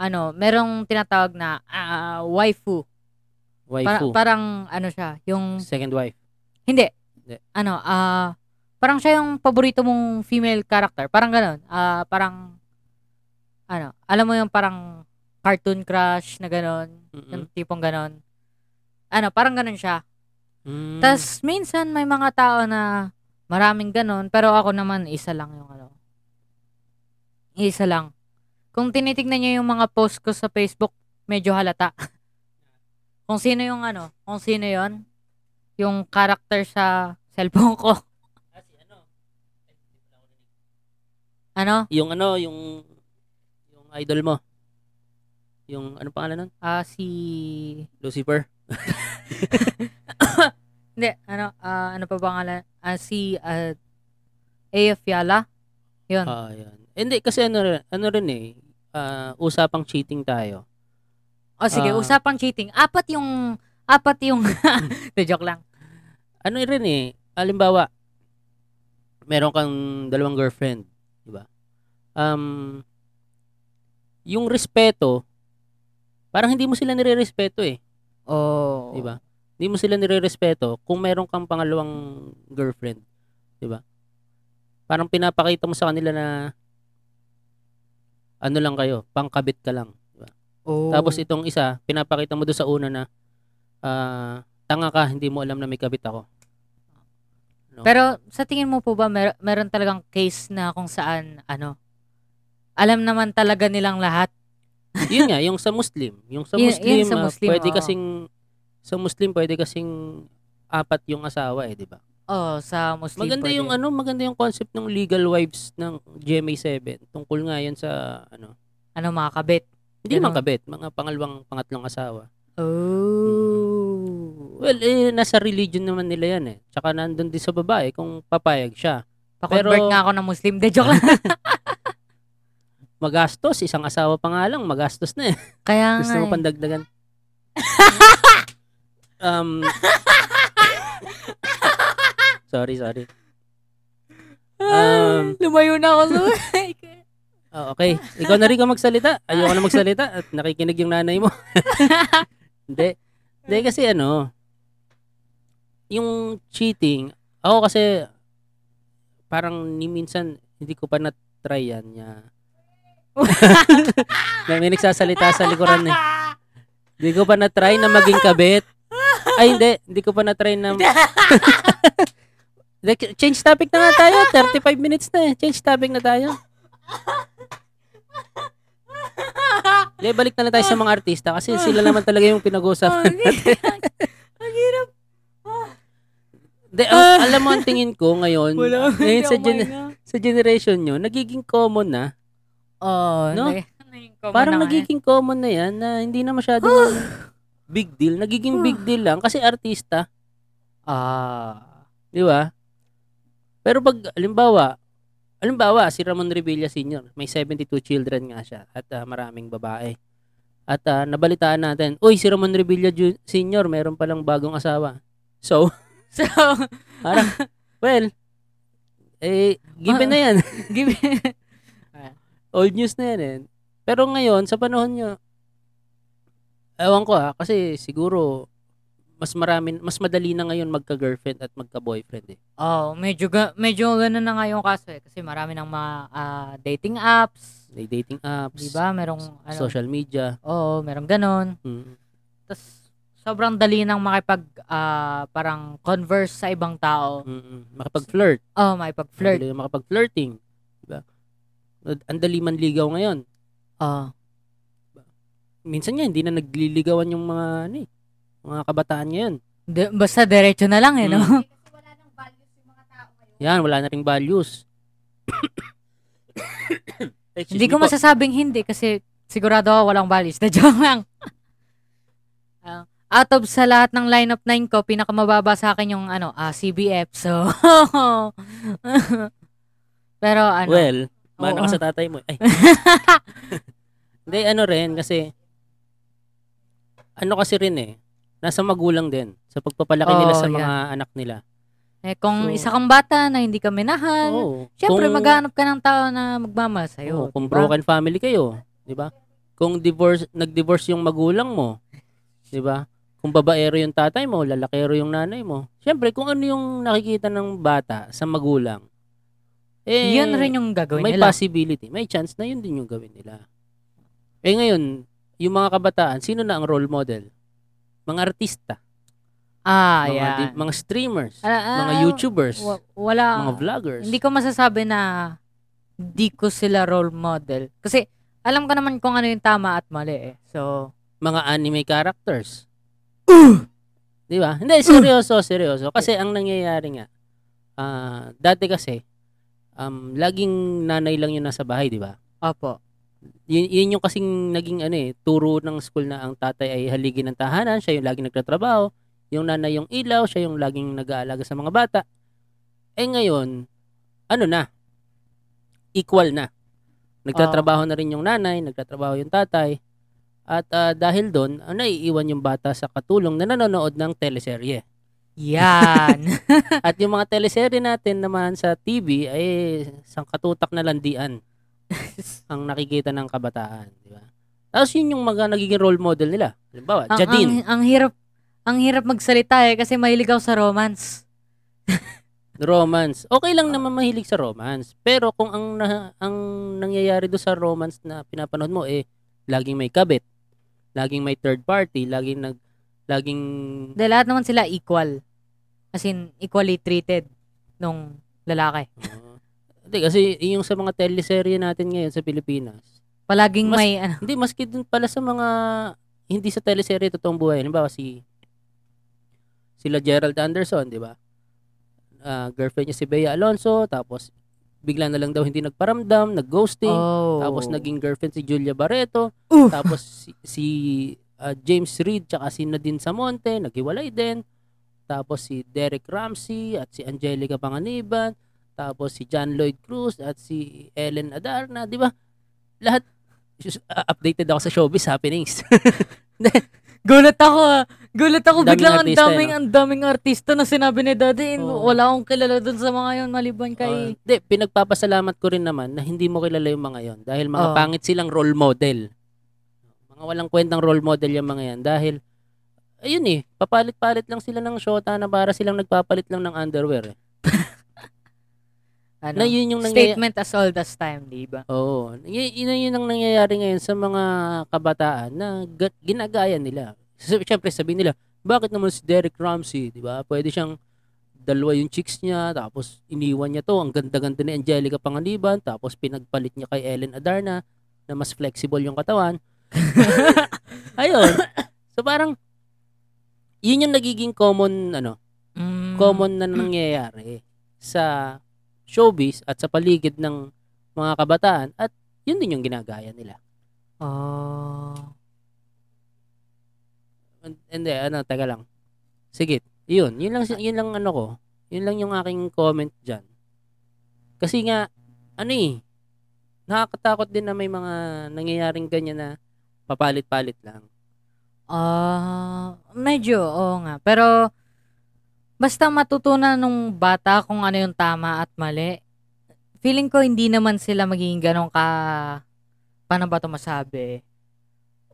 [SPEAKER 2] ano, merong tinatawag na ah, waifu. Para-
[SPEAKER 1] Waifu.
[SPEAKER 2] parang, ano siya, yung,
[SPEAKER 1] Second wife.
[SPEAKER 2] hindi.
[SPEAKER 1] Hindi.
[SPEAKER 2] Ano, ah, parang siya yung paborito mong female character. Parang ganun. Ah, parang, ano, alam mo yung parang cartoon crush na ganun.
[SPEAKER 1] Mm-mm.
[SPEAKER 2] Yung tipong ganun. Ano, parang ganun siya.
[SPEAKER 1] Mm.
[SPEAKER 2] Tas minsan may mga tao na maraming ganun, pero ako naman isa lang yung ano. Isa lang. Kung tinitignan niyo yung mga post ko sa Facebook, medyo halata. *laughs* kung sino yung ano, kung sino yon yung character sa cellphone ko. *laughs*
[SPEAKER 1] Ah, si ano? Ay, hindi pala ako narinig.
[SPEAKER 2] Ano?
[SPEAKER 1] Yung ano, yung yung idol mo. Yung ano pangalan nun?
[SPEAKER 2] Ah, si...
[SPEAKER 1] Lucifer.
[SPEAKER 2] Hindi, ano, ah, ano pa ba pangalan? Ah, si ah, AF Yala. Yun.
[SPEAKER 1] Ah, yun. Hindi kasi ano rin, ano rin eh, ah, usapang cheating tayo.
[SPEAKER 2] o sige,
[SPEAKER 1] ah. Hmm.
[SPEAKER 2] usapang cheating. Apat yung... *laughs* Apat yung... De, joke lang.
[SPEAKER 1] Ano rin eh, halimbawa, meron kang dalawang girlfriend, di ba? Um, yung respeto, parang hindi mo sila nire-respeto eh,
[SPEAKER 2] Oh.
[SPEAKER 1] di ba? Hindi mo sila nire-respeto kung meron kang pangalawang girlfriend, di ba? Parang pinapakita mo sa kanila na ano lang kayo, pangkabit ka lang. di ba? Tapos itong isa, pinapakita mo doon sa una na ah, tanga ka, hindi mo alam na may kabit ako.
[SPEAKER 2] Pero sa tingin mo po ba mer- meron talagang case na kung saan ano alam naman talaga nilang lahat.
[SPEAKER 1] Yun nga, yung sa Muslim. Yung sa
[SPEAKER 2] *laughs* Yun-
[SPEAKER 1] Muslim,
[SPEAKER 2] yun sa
[SPEAKER 1] ah,
[SPEAKER 2] Muslim,
[SPEAKER 1] pwede
[SPEAKER 2] oo.
[SPEAKER 1] kasing sa Muslim pwede kasing apat yung asawa eh, di ba?
[SPEAKER 2] Oh, sa Muslim.
[SPEAKER 1] Maganda
[SPEAKER 2] pwede.
[SPEAKER 1] yung ano, maganda yung concept ng legal wives ng GMA7 tungkol nga yun sa ano,
[SPEAKER 2] ano mga kabit.
[SPEAKER 1] hindi
[SPEAKER 2] Ganun.
[SPEAKER 1] man kabit, mga pangalawang pangatlong asawa.
[SPEAKER 2] Oh.
[SPEAKER 1] Well, eh, nasa religion naman nila yan eh. Tsaka nandun din sa babae kung papayag siya.
[SPEAKER 2] Pa-convert
[SPEAKER 1] pero-
[SPEAKER 2] nga ako ng Muslim. De joke
[SPEAKER 1] *laughs*
[SPEAKER 2] lang.
[SPEAKER 1] Magastos, isang asawa pa nga lang, magastos na eh.
[SPEAKER 2] Kaya nga.
[SPEAKER 1] Gusto mo
[SPEAKER 2] eh.
[SPEAKER 1] pandagdagan? um, Sorry, sorry. Um,
[SPEAKER 2] Ay, eh. *laughs* lumayo na ako. sa-
[SPEAKER 1] Oh, okay. Ikaw na rin ka magsalita. Ayoko na magsalita at nakikinig yung nanay mo. Hindi. Hindi kasi ano, yung cheating, ako kasi parang ni minsan hindi ko pa na-try yan niya. na may nagsasalita sa likuran
[SPEAKER 2] *laughs*
[SPEAKER 1] eh. Hindi ko pa na-try na maging kabit. Ay, hindi. Hindi ko pa na-try
[SPEAKER 2] *laughs*
[SPEAKER 1] na... Like, Change topic na nga tayo. 35 minutes na eh. Change topic na tayo. Hindi, balik na lang tayo sa mga artista kasi sila naman talaga yung pinag-uusapan. *laughs*
[SPEAKER 2] Ang hirap. Oh, Ang hirap. Ah.
[SPEAKER 1] De, ang- alam mo, ang tingin ko ngayon,
[SPEAKER 2] *laughs*
[SPEAKER 1] ah,
[SPEAKER 2] Wala.
[SPEAKER 1] ngayon
[SPEAKER 2] hindi
[SPEAKER 1] sa,
[SPEAKER 2] ako
[SPEAKER 1] gen-
[SPEAKER 2] mahinga.
[SPEAKER 1] sa generation nyo, nagiging common na.
[SPEAKER 2] Oo.
[SPEAKER 1] No?
[SPEAKER 2] nag- nag-
[SPEAKER 1] Parang
[SPEAKER 2] na nga yan.
[SPEAKER 1] nagiging common na yan na hindi na
[SPEAKER 2] *laughs*
[SPEAKER 1] masyadong
[SPEAKER 2] Ah.
[SPEAKER 1] big deal. Nagiging big deal lang kasi artista.
[SPEAKER 2] Ah.
[SPEAKER 1] Di ba? Pero pag, alimbawa, alimbawa, si Ramon Revilla Sr., may 72 children nga siya at ah, maraming babae. At ah, nabalitaan natin, Uy, si Ramon Revilla Ju- Sr., meron palang bagong asawa. So, *laughs*
[SPEAKER 2] So, *laughs*
[SPEAKER 1] Parang, well, eh, given na yan.
[SPEAKER 2] give
[SPEAKER 1] Old news na yan eh. Pero ngayon, sa panahon nyo, ewan ko ah, kasi siguro, mas marami, mas madali na ngayon magka-girlfriend at magka-boyfriend eh.
[SPEAKER 2] Oh, medyo ga- medyo ganun na nga yung kaso eh kasi marami ng mga ah, dating apps,
[SPEAKER 1] May dating apps,
[SPEAKER 2] 'di ba? Merong ano,
[SPEAKER 1] social media.
[SPEAKER 2] Oo, merong ganun.
[SPEAKER 1] Mm.
[SPEAKER 2] Tapos sobrang dali nang makipag ah, parang converse sa ibang tao.
[SPEAKER 1] Mm-mm. mm, Makapag-flirt.
[SPEAKER 2] Oh, makipag-flirt.
[SPEAKER 1] Madali na Makapag-flirting. Diba? Ang dali manligaw ngayon.
[SPEAKER 2] Oh.
[SPEAKER 1] Ah. Minsan nga, hindi na nagliligawan yung mga, ano eh, mga kabataan ngayon.
[SPEAKER 2] Di- basta diretso na lang eh,
[SPEAKER 1] Mm.
[SPEAKER 2] no?
[SPEAKER 1] Yan, wala na ring values. Excuse
[SPEAKER 2] *coughs* hindi
[SPEAKER 1] me
[SPEAKER 2] ko
[SPEAKER 1] po.
[SPEAKER 2] masasabing hindi kasi sigurado ako walang values. Na *laughs* joke lang. Ah, out of sa lahat ng lineup 9 ko, pinakamababa sa akin yung ano, ah, CBF. So, *laughs* pero ano,
[SPEAKER 1] Well, mana
[SPEAKER 2] Oo.
[SPEAKER 1] ka sa tatay mo.
[SPEAKER 2] *laughs*
[SPEAKER 1] Ay. Hindi, ano rin, kasi, ano kasi rin eh, nasa magulang din sa pagpapalaki nila
[SPEAKER 2] Oo,
[SPEAKER 1] sa
[SPEAKER 2] yan.
[SPEAKER 1] mga anak nila.
[SPEAKER 2] eh, kung
[SPEAKER 1] so-
[SPEAKER 2] isa kang bata na hindi ka minahal,
[SPEAKER 1] Oo.
[SPEAKER 2] Ano, syempre
[SPEAKER 1] Kung-
[SPEAKER 2] maghanap ka ng tao na magmamahal sa'yo.
[SPEAKER 1] Oo, kung
[SPEAKER 2] diba?
[SPEAKER 1] broken family kayo, 'di ba? Kung divorce, nag-divorce yung magulang mo, 'di ba? Kung babaero yung tatay mo, lalakero yung nanay mo. Siyempre, kung ano yung nakikita ng bata sa magulang, eh,
[SPEAKER 2] Yun rin yung gagawin
[SPEAKER 1] may
[SPEAKER 2] nila.
[SPEAKER 1] possibility, may chance na yun din yung gawin nila. Eh ngayon, yung mga kabataan, sino na ang role model? Mga artista,
[SPEAKER 2] ah,
[SPEAKER 1] mga,
[SPEAKER 2] yan.
[SPEAKER 1] di- mga streamers,
[SPEAKER 2] Ala- ah,
[SPEAKER 1] mga YouTubers,
[SPEAKER 2] wa- wala.
[SPEAKER 1] mga vloggers.
[SPEAKER 2] Hindi ko masasabi na di ko sila role model. Kasi alam ko naman kung ano yung tama at mali eh. So,
[SPEAKER 1] mga anime characters.
[SPEAKER 2] Uh!
[SPEAKER 1] Di ba? Hindi, seryoso, seryoso. Kasi ang nangyayari nga, ah, dati kasi, um, laging nanay lang yun nasa bahay, di ba?
[SPEAKER 2] opo.
[SPEAKER 1] Yun, yun yung kasing naging ano eh, turo ng school na ang tatay ay haligi ng tahanan, siya yung laging nagtatrabaho, yung nanay yung ilaw, siya yung laging nag-aalaga sa mga bata. Eh ngayon, ano na, equal na. Nagtatrabaho na rin yung nanay, nagtatrabaho yung tatay. At ah, dahil doon, ah, naiiwan yung bata sa katulong na nanonood ng teleserye. *laughs*
[SPEAKER 2] Yan.
[SPEAKER 1] At yung mga teleserye natin naman sa TV ay sangkatutak na landian ang nakikita ng kabataan, di ba? Tapos yun yung mga nagiging role model nila. Halimbawa,
[SPEAKER 2] ang, Ah, ang,
[SPEAKER 1] Jadine,
[SPEAKER 2] ang hirap ang hirap magsalita eh kasi mahilig ako sa romance.
[SPEAKER 1] romance. Okay lang
[SPEAKER 2] Ah.
[SPEAKER 1] naman mahilig sa romance. Pero kung ang na- ang nangyayari do sa romance na pinapanood mo eh laging may kabit, laging may third party, laging nag
[SPEAKER 2] *laughs*
[SPEAKER 1] laging
[SPEAKER 2] Dahil lahat naman sila equal. As in, equally treated nung lalaki.
[SPEAKER 1] Oo. Hindi kasi yung sa mga teleserye natin ngayon sa Pilipinas,
[SPEAKER 2] Palaging
[SPEAKER 1] Mas-
[SPEAKER 2] may ano.
[SPEAKER 1] Hindi, maski dun pala sa mga hindi sa teleserye totoong buhay. Halimbawa si sila Gerald Anderson, di ba? Ah, girlfriend niya si Bea Alonso, tapos bigla na lang daw hindi nagparamdam, nag-ghosting,
[SPEAKER 2] Oh.
[SPEAKER 1] tapos naging girlfriend si Julia Barreto,
[SPEAKER 2] Oof.
[SPEAKER 1] tapos si, si, ah, James Reed tsaka si Nadine Samonte, naghiwalay din, tapos si Derek Ramsey at si Angelica Panganiban, tapos si John Lloyd Cruz at si Ellen Adarna, di ba? *laughs* Lahat, sus- ah, updated ako sa showbiz happenings.
[SPEAKER 2] Gulat ako. ah. Gulat ako,
[SPEAKER 1] Ang daming
[SPEAKER 2] biglang ang
[SPEAKER 1] artista,
[SPEAKER 2] daming,
[SPEAKER 1] eh,
[SPEAKER 2] ang daming artista na sinabi ni Daddy. and
[SPEAKER 1] Oo.
[SPEAKER 2] Wala akong kilala dun sa mga yun, maliban
[SPEAKER 1] Kay...
[SPEAKER 2] kay...
[SPEAKER 1] Oh, Hindi, pinagpapasalamat ko rin naman na hindi mo kilala yung mga yon dahil mga
[SPEAKER 2] Oo.
[SPEAKER 1] pangit silang role model. Mga walang kwentang role model yung mga yan dahil ayun eh, papalit-palit lang sila ng shota na para silang nagpapalit lang ng underwear. Eh.
[SPEAKER 2] ano,
[SPEAKER 1] Na yun yung nangyayari.
[SPEAKER 2] statement as old as time, di ba?
[SPEAKER 1] Oo. Y- yun, yun ang nangyayari ngayon sa mga kabataan na ga- ginagaya nila. Sa- Siyempre, sabihin nila, bakit naman si Derek Ramsey, di ba? Pwede siyang dalawa yung chicks niya, tapos iniwan niya to. Ang ganda-ganda ni Angelica Panganiban, tapos pinagpalit niya kay Ellen Adarna na mas flexible yung katawan. Ayun. So parang, yun yung nagiging common, ano,
[SPEAKER 2] Mm.
[SPEAKER 1] common na nangyayari sa showbiz at sa paligid ng mga kabataan at yun din yung ginagaya nila.
[SPEAKER 2] Oh.
[SPEAKER 1] And- Hindi, ano, taga lang. Sige, yun. Yun lang, si- yun lang ano ko. Yun lang yung aking comment dyan. Kasi nga, ano eh, nakakatakot din na may mga nangyayaring ganyan na papalit-palit lang.
[SPEAKER 2] Ah, medyo, oo nga. Pero, basta matutunan nung bata kung ano yung tama at mali, feeling ko hindi naman sila magiging ganun ka, paano ba ito masabi?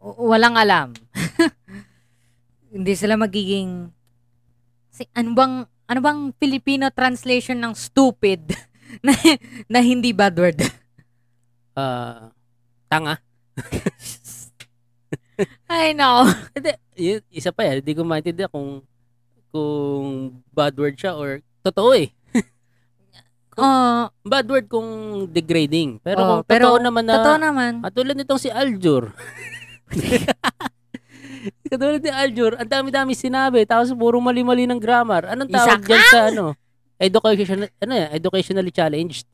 [SPEAKER 2] W- walang alam. *laughs* hindi sila magiging, si, ano bang, ano bang Filipino translation ng stupid *laughs* na, na hindi bad word?
[SPEAKER 1] Ah, tanga.
[SPEAKER 2] *laughs* I know.
[SPEAKER 1] Hindi, yun, isa pa yan. Hindi ko maintindihan kung kung bad word siya or totoo eh.
[SPEAKER 2] Oo,
[SPEAKER 1] bad word kung degrading. Pero
[SPEAKER 2] Oo,
[SPEAKER 1] kung totoo
[SPEAKER 2] pero
[SPEAKER 1] naman na,
[SPEAKER 2] totoo naman.
[SPEAKER 1] katulad nitong si
[SPEAKER 2] *laughs*
[SPEAKER 1] Aljur. katulad ni Aljur, ang dami-dami sinabi, tapos puro mali-mali ng grammar. Anong tawag
[SPEAKER 2] Isa
[SPEAKER 1] dyan sa ano? Educational, ano yan? Educationally challenged.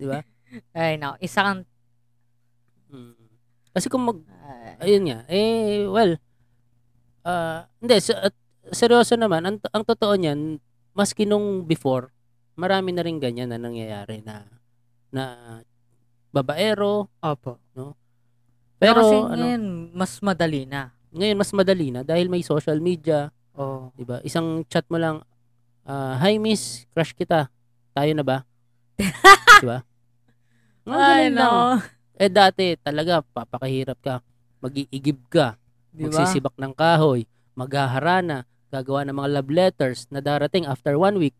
[SPEAKER 1] Di ba?
[SPEAKER 2] I know. Isa kang
[SPEAKER 1] Mm. Kasi kung mag,
[SPEAKER 2] Ah,
[SPEAKER 1] ayun nga, eh, well, ah, hindi, sa- at seryoso naman, ang, ang totoo niyan, maski nung before, marami na rin ganyan na nangyayari na, na babaero,
[SPEAKER 2] opo.
[SPEAKER 1] Pero
[SPEAKER 2] kasi
[SPEAKER 1] ano,
[SPEAKER 2] ngayon, mas madali na.
[SPEAKER 1] ngayon mas madali na dahil may social media,
[SPEAKER 2] Oo.
[SPEAKER 1] 'di ba? Isang chat mo lang, ah, "Hi miss, crush kita. Tayo na
[SPEAKER 2] *laughs*
[SPEAKER 1] ba?" 'Di ba? Mga ganun lang. Eh dati talaga papakahirap ka. Mag-iigib ka, magsisibak ng kahoy, maghaharana, gagawa ng mga love letters na darating after one week.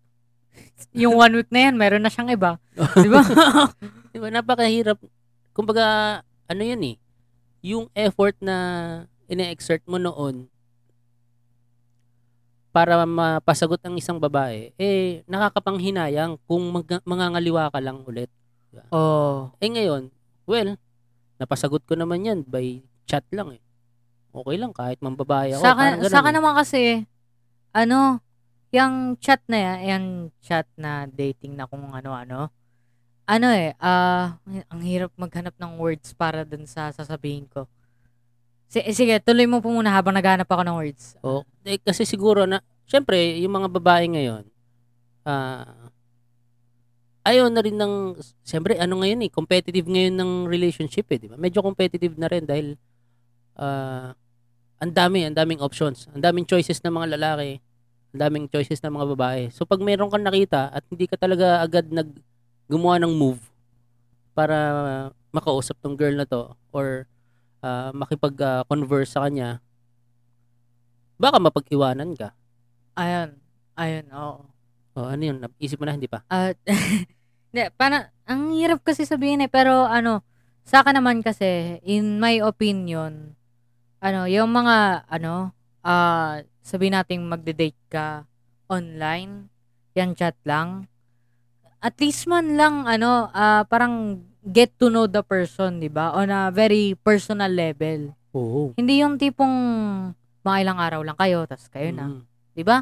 [SPEAKER 2] Yung one week na yan, meron na siyang iba. Di ba?
[SPEAKER 1] *laughs* Di ba? Napakahirap. Kumbaga, ano yun eh. Yung effort na ine-exert mo noon para mapasagot ang isang babae, eh, nakakapanghinayang kung mag- mangangaliwa ka lang ulit.
[SPEAKER 2] Oo.
[SPEAKER 1] Eh ngayon, well, napasagot ko naman yan by chat lang eh. Okay lang, kahit mambabae ako.
[SPEAKER 2] Sa akin,
[SPEAKER 1] parang ganun
[SPEAKER 2] sa akin
[SPEAKER 1] eh.
[SPEAKER 2] naman kasi, ano, yung chat na yan, yung chat na dating na kung ano-ano, ano eh, ah, ang hirap maghanap ng words para dun sa sasabihin ko. Si- eh, sige, tuloy mo po muna habang naghanap ako ng words.
[SPEAKER 1] O, eh, kasi siguro na, syempre, yung mga babae ngayon, ah, ayaw na rin ng, syempre, ano ngayon eh, competitive ngayon ng relationship eh, di ba? Medyo competitive na rin dahil, ah, ang dami, ang daming options, ang daming choices ng mga lalaki, ang daming choices ng mga babae. So, pag meron kang nakita at hindi ka talaga agad nag, gumawa ng move para makausap tong girl na to or ah, makipag-converse sa kanya, baka mapag-iwanan ka.
[SPEAKER 2] Ayun. Ayun, oo.
[SPEAKER 1] O ano yun, naisip mo na, hindi pa.
[SPEAKER 2] At, *laughs* hindi, para, ang hirap kasi sabihin eh, pero ano, sa akin naman kasi, in my opinion, ano, yung mga, ano, ah sabihin natin magde-date ka online, yan chat lang, at least man lang, ano, ah, parang get to know the person, di ba? On a very personal level.
[SPEAKER 1] Oo.
[SPEAKER 2] Hindi yung tipong mga ilang araw lang kayo, tas kayo na.
[SPEAKER 1] Mm.
[SPEAKER 2] Di ba?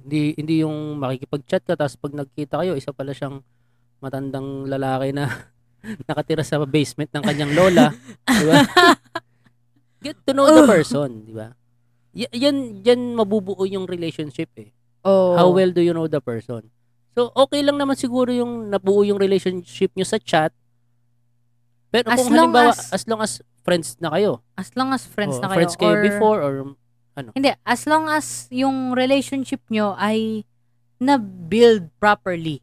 [SPEAKER 1] Hindi, hindi yung makikipag-chat ka, tapos pag nagkita kayo, isa pala siyang matandang lalaki na *laughs* nakatira sa basement ng kanyang
[SPEAKER 2] *laughs*
[SPEAKER 1] lola. di ba? Get to know
[SPEAKER 2] Oh.
[SPEAKER 1] the person, di ba? Y- yan, yan mabubuo yung relationship eh.
[SPEAKER 2] Oh.
[SPEAKER 1] How well do you know the person? So, okay lang naman siguro yung nabuo yung relationship nyo sa chat. Pero
[SPEAKER 2] As
[SPEAKER 1] kung
[SPEAKER 2] long
[SPEAKER 1] halimbawa,
[SPEAKER 2] as-
[SPEAKER 1] as long as friends na kayo,
[SPEAKER 2] As long as friends
[SPEAKER 1] Oo,
[SPEAKER 2] na kayo.
[SPEAKER 1] Oh, Friends kayo
[SPEAKER 2] or-
[SPEAKER 1] before or Ano?
[SPEAKER 2] Hindi, as long as yung relationship nyo ay na-build properly.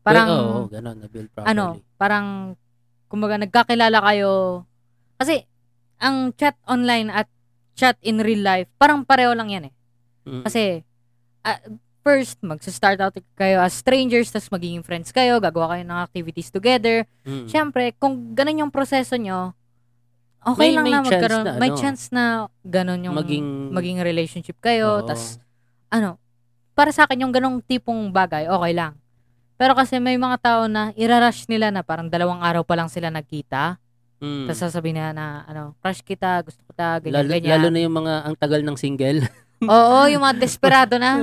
[SPEAKER 2] Parang,
[SPEAKER 1] Oo, oh, ganun, na-build properly.
[SPEAKER 2] ano, parang, kumbaga, nagkakilala kayo. Kasi, ang chat online at chat in real life, parang pareho lang yan eh.
[SPEAKER 1] Mm.
[SPEAKER 2] Kasi, ah, first, magsa-start out kayo as strangers, tapos magiging friends kayo, gagawa kayo ng activities together.
[SPEAKER 1] Mm.
[SPEAKER 2] Siyempre, kung ganun yung proseso nyo, okay
[SPEAKER 1] May-
[SPEAKER 2] lang
[SPEAKER 1] may
[SPEAKER 2] na
[SPEAKER 1] chance
[SPEAKER 2] magkaroon,
[SPEAKER 1] na,
[SPEAKER 2] may
[SPEAKER 1] ano,
[SPEAKER 2] chance na ganun yung
[SPEAKER 1] maging,
[SPEAKER 2] maging relationship
[SPEAKER 1] oo.
[SPEAKER 2] kayo, tas ano, para sa akin yung ganong tipong bagay, okay lang. Pero kasi may mga tao na irarush nila na parang dalawang araw pa lang sila nagkita,
[SPEAKER 1] Mm.
[SPEAKER 2] tapos sasabihin na na, ano, crush kita, gusto kita, ganyan,
[SPEAKER 1] lalo,
[SPEAKER 2] ganyan.
[SPEAKER 1] lalo na yung mga ang tagal ng single.
[SPEAKER 2] Oo, yung mga desperado
[SPEAKER 1] *laughs*
[SPEAKER 2] na.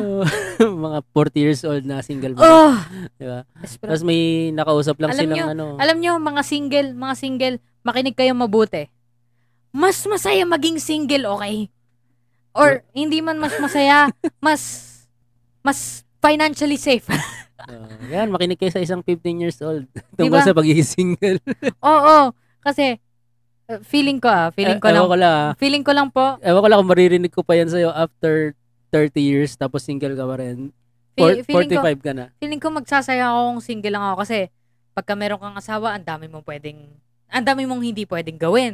[SPEAKER 1] mga 40 years old na single mo.
[SPEAKER 2] oh!
[SPEAKER 1] Di ba?
[SPEAKER 2] Desperado.
[SPEAKER 1] Tapos may nakausap lang
[SPEAKER 2] Alam
[SPEAKER 1] silang
[SPEAKER 2] nyo,
[SPEAKER 1] ano.
[SPEAKER 2] Alam nyo, mga single, mga single, makinig kayo mabuti. Mas masaya maging single, okay? Or hindi man mas
[SPEAKER 1] *laughs*
[SPEAKER 2] masaya, mas mas financially safe. *laughs*
[SPEAKER 1] Oo. ah, yan, makinig kayo sa isang 15 years old *laughs* tungkol
[SPEAKER 2] ba?
[SPEAKER 1] sa pagiging single.
[SPEAKER 2] Oo, kasi uh, feeling ko ah, feeling
[SPEAKER 1] Eh,
[SPEAKER 2] ko
[SPEAKER 1] *laughs*
[SPEAKER 2] lang.
[SPEAKER 1] Ewan ko lang. ah.
[SPEAKER 2] Feeling ko lang po.
[SPEAKER 1] Ewan ko lang kung maririnig ko pa yan sa'yo after 30 years tapos single ka pa rin.
[SPEAKER 2] Fe-
[SPEAKER 1] Four-
[SPEAKER 2] feeling ko
[SPEAKER 1] 45 ka na.
[SPEAKER 2] feeling ko magsasaya ako kung single lang ako kasi pagka meron kang asawa, ang dami mong pwedeng ang dami mong hindi pwedeng gawin.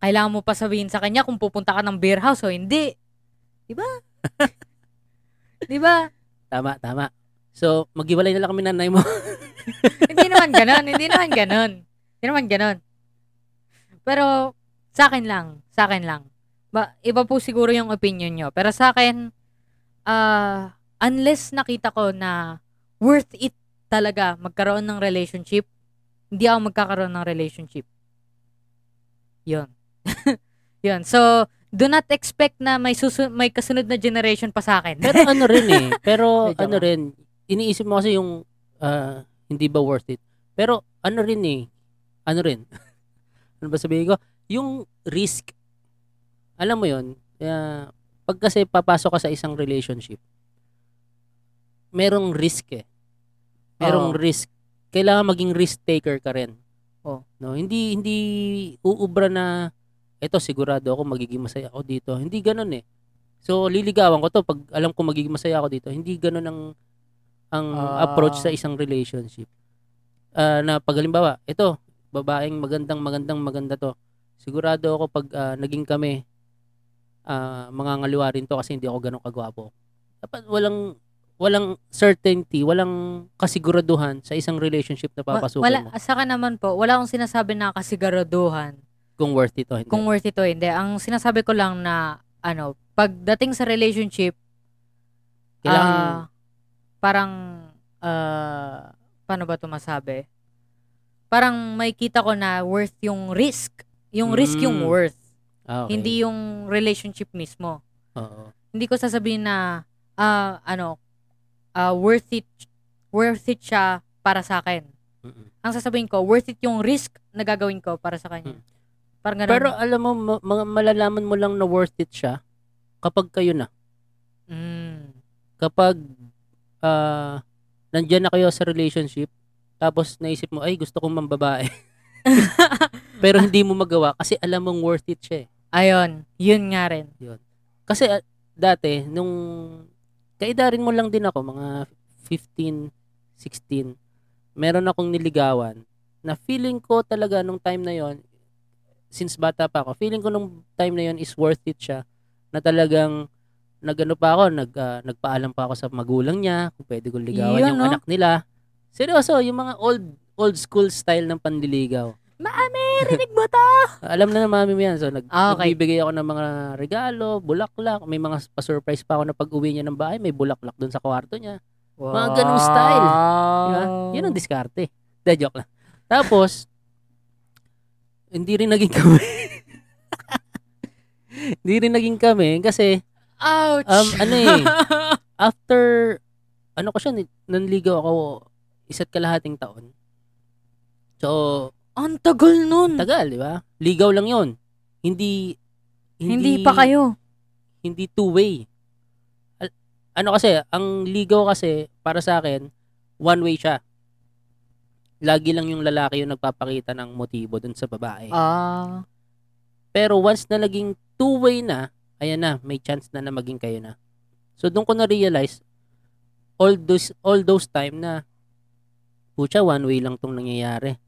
[SPEAKER 2] Kailangan mo pa sabihin sa kanya kung pupunta ka ng beer house o hindi. 'Di ba? 'Di ba?
[SPEAKER 1] Tama, tama. So, maghiwalay na lang kami nanay mo.
[SPEAKER 2] Hindi naman ganoon, hindi naman ganoon. Hindi naman ganoon. Pero sa akin lang, sa akin lang. Ba, iba po siguro yung opinion nyo. Pero sa akin, ah, unless nakita ko na worth it talaga magkaroon ng relationship, hindi ako magkakaroon ng relationship. Yun. *laughs* Yun. So, do not expect na may, susu- may kasunod na generation pa sa akin.
[SPEAKER 1] Pero ano rin eh. Pero
[SPEAKER 2] Joke
[SPEAKER 1] ano
[SPEAKER 2] lang.
[SPEAKER 1] rin, iniisip mo kasi yung ah, hindi ba worth it. Pero ano rin eh, ano rin. *laughs* ano ba sabihin ko? Yung risk, alam mo yun, ah, pag kasi papasok ka sa isang relationship, merong risk eh. Merong
[SPEAKER 2] Oo.
[SPEAKER 1] risk. Kailangan maging risk taker ka rin.
[SPEAKER 2] Oo.
[SPEAKER 1] No, hindi hindi uubra na eto sigurado ako magiging masaya ako dito. Hindi ganoon eh. So liligawan ko to pag alam ko magiging masaya ako dito. Hindi ganoon ang ang
[SPEAKER 2] Ah.
[SPEAKER 1] approach sa isang relationship. Ah, na pag halimbawa, ito babaeng magandang magandang maganda to. Sigurado ako pag ah, naging kami ah mangangaliwa rin to kasi hindi ako ganun kagwapo. Dapat walang walang certainty, walang kasiguraduhan sa isang relationship na
[SPEAKER 2] *laughs* Wa-
[SPEAKER 1] papasukin
[SPEAKER 2] wala,
[SPEAKER 1] mo
[SPEAKER 2] sa akin naman po, wala akong sinasabi na kasigaraduhan.
[SPEAKER 1] kung worth it o hindi.
[SPEAKER 2] kung worth it o hindi. Ang sinasabi ko lang na, ano, pagdating sa relationship,
[SPEAKER 1] Kailangan
[SPEAKER 2] ah, parang, ah, paano ba ito masabi? Parang may kita ko na worth yung risk. Yung risk yung
[SPEAKER 1] Mm,
[SPEAKER 2] worth.
[SPEAKER 1] ah, okay.
[SPEAKER 2] Hindi yung relationship mismo.
[SPEAKER 1] Oo.
[SPEAKER 2] Hindi ko sasabihin na, ah, ano, ah, worth it, worth it siya para sa akin.
[SPEAKER 1] Mm-mm.
[SPEAKER 2] Ang sasabihin ko, worth it yung risk na gagawin ko para sa kanya.
[SPEAKER 1] Mm.
[SPEAKER 2] Parang ganun.
[SPEAKER 1] Pero alam mo ma- ma- malalaman mo lang na worth it siya kapag kayo na, *laughs*
[SPEAKER 2] Mm.
[SPEAKER 1] kapag ah nandiyan na kayo sa relationship tapos naisip mo ay gusto kong mambabae. *laughs* Pero hindi mo magawa kasi alam mong worth it siya. eh.
[SPEAKER 2] Ayun, yun nga rin.
[SPEAKER 1] Kasi ah, dati nung kaedarin mo lang din ako mga 15, 16, meron akong niligawan na feeling ko talaga nung time na yon since bata pa ako, feeling ko nung time na yon is worth it siya na talagang nagano pa ako, nag, ah, nagpaalam pa ako sa magulang niya kung pwede kong ligawan
[SPEAKER 2] Yun,
[SPEAKER 1] yung
[SPEAKER 2] no?
[SPEAKER 1] anak nila. Seryoso, yung mga old old school style ng panliligaw.
[SPEAKER 2] Maami, rinig mo to?
[SPEAKER 1] Alam na ng mami mo yan. So, nag-
[SPEAKER 2] Ah, okay.
[SPEAKER 1] nagbibigay ako ng mga regalo, bulaklak. May mga pa-surprise pa ako na pag-uwi niya ng bahay, may bulaklak doon sa kwarto niya. *laughs* Mga ganong style. Di ba? Yun
[SPEAKER 2] Oh.
[SPEAKER 1] ang diskarte. De, joke lang. Tapos, hindi rin naging kami. *laughs* hindi rin naging kami kasi
[SPEAKER 2] Ouch!
[SPEAKER 1] Um, ano eh. after, ano ko siya, ni- nanligaw ako isa't kalahating taon. So,
[SPEAKER 2] *laughs* ang tagal nun.
[SPEAKER 1] tagal, di ba? Ligaw lang yon Hindi,
[SPEAKER 2] hindi, pa kayo.
[SPEAKER 1] hindi two-way. Al- Ano kasi, ang ligaw kasi, para sa akin, one-way siya. Lagi lang yung lalaki yung nagpapakita ng motibo dun sa babae.
[SPEAKER 2] Ah.
[SPEAKER 1] Pero once na naging two-way na, ayan na, may chance na na maging kayo na. So doon ko na-realize, all those, all those time na, pucha, one way lang tong nangyayari.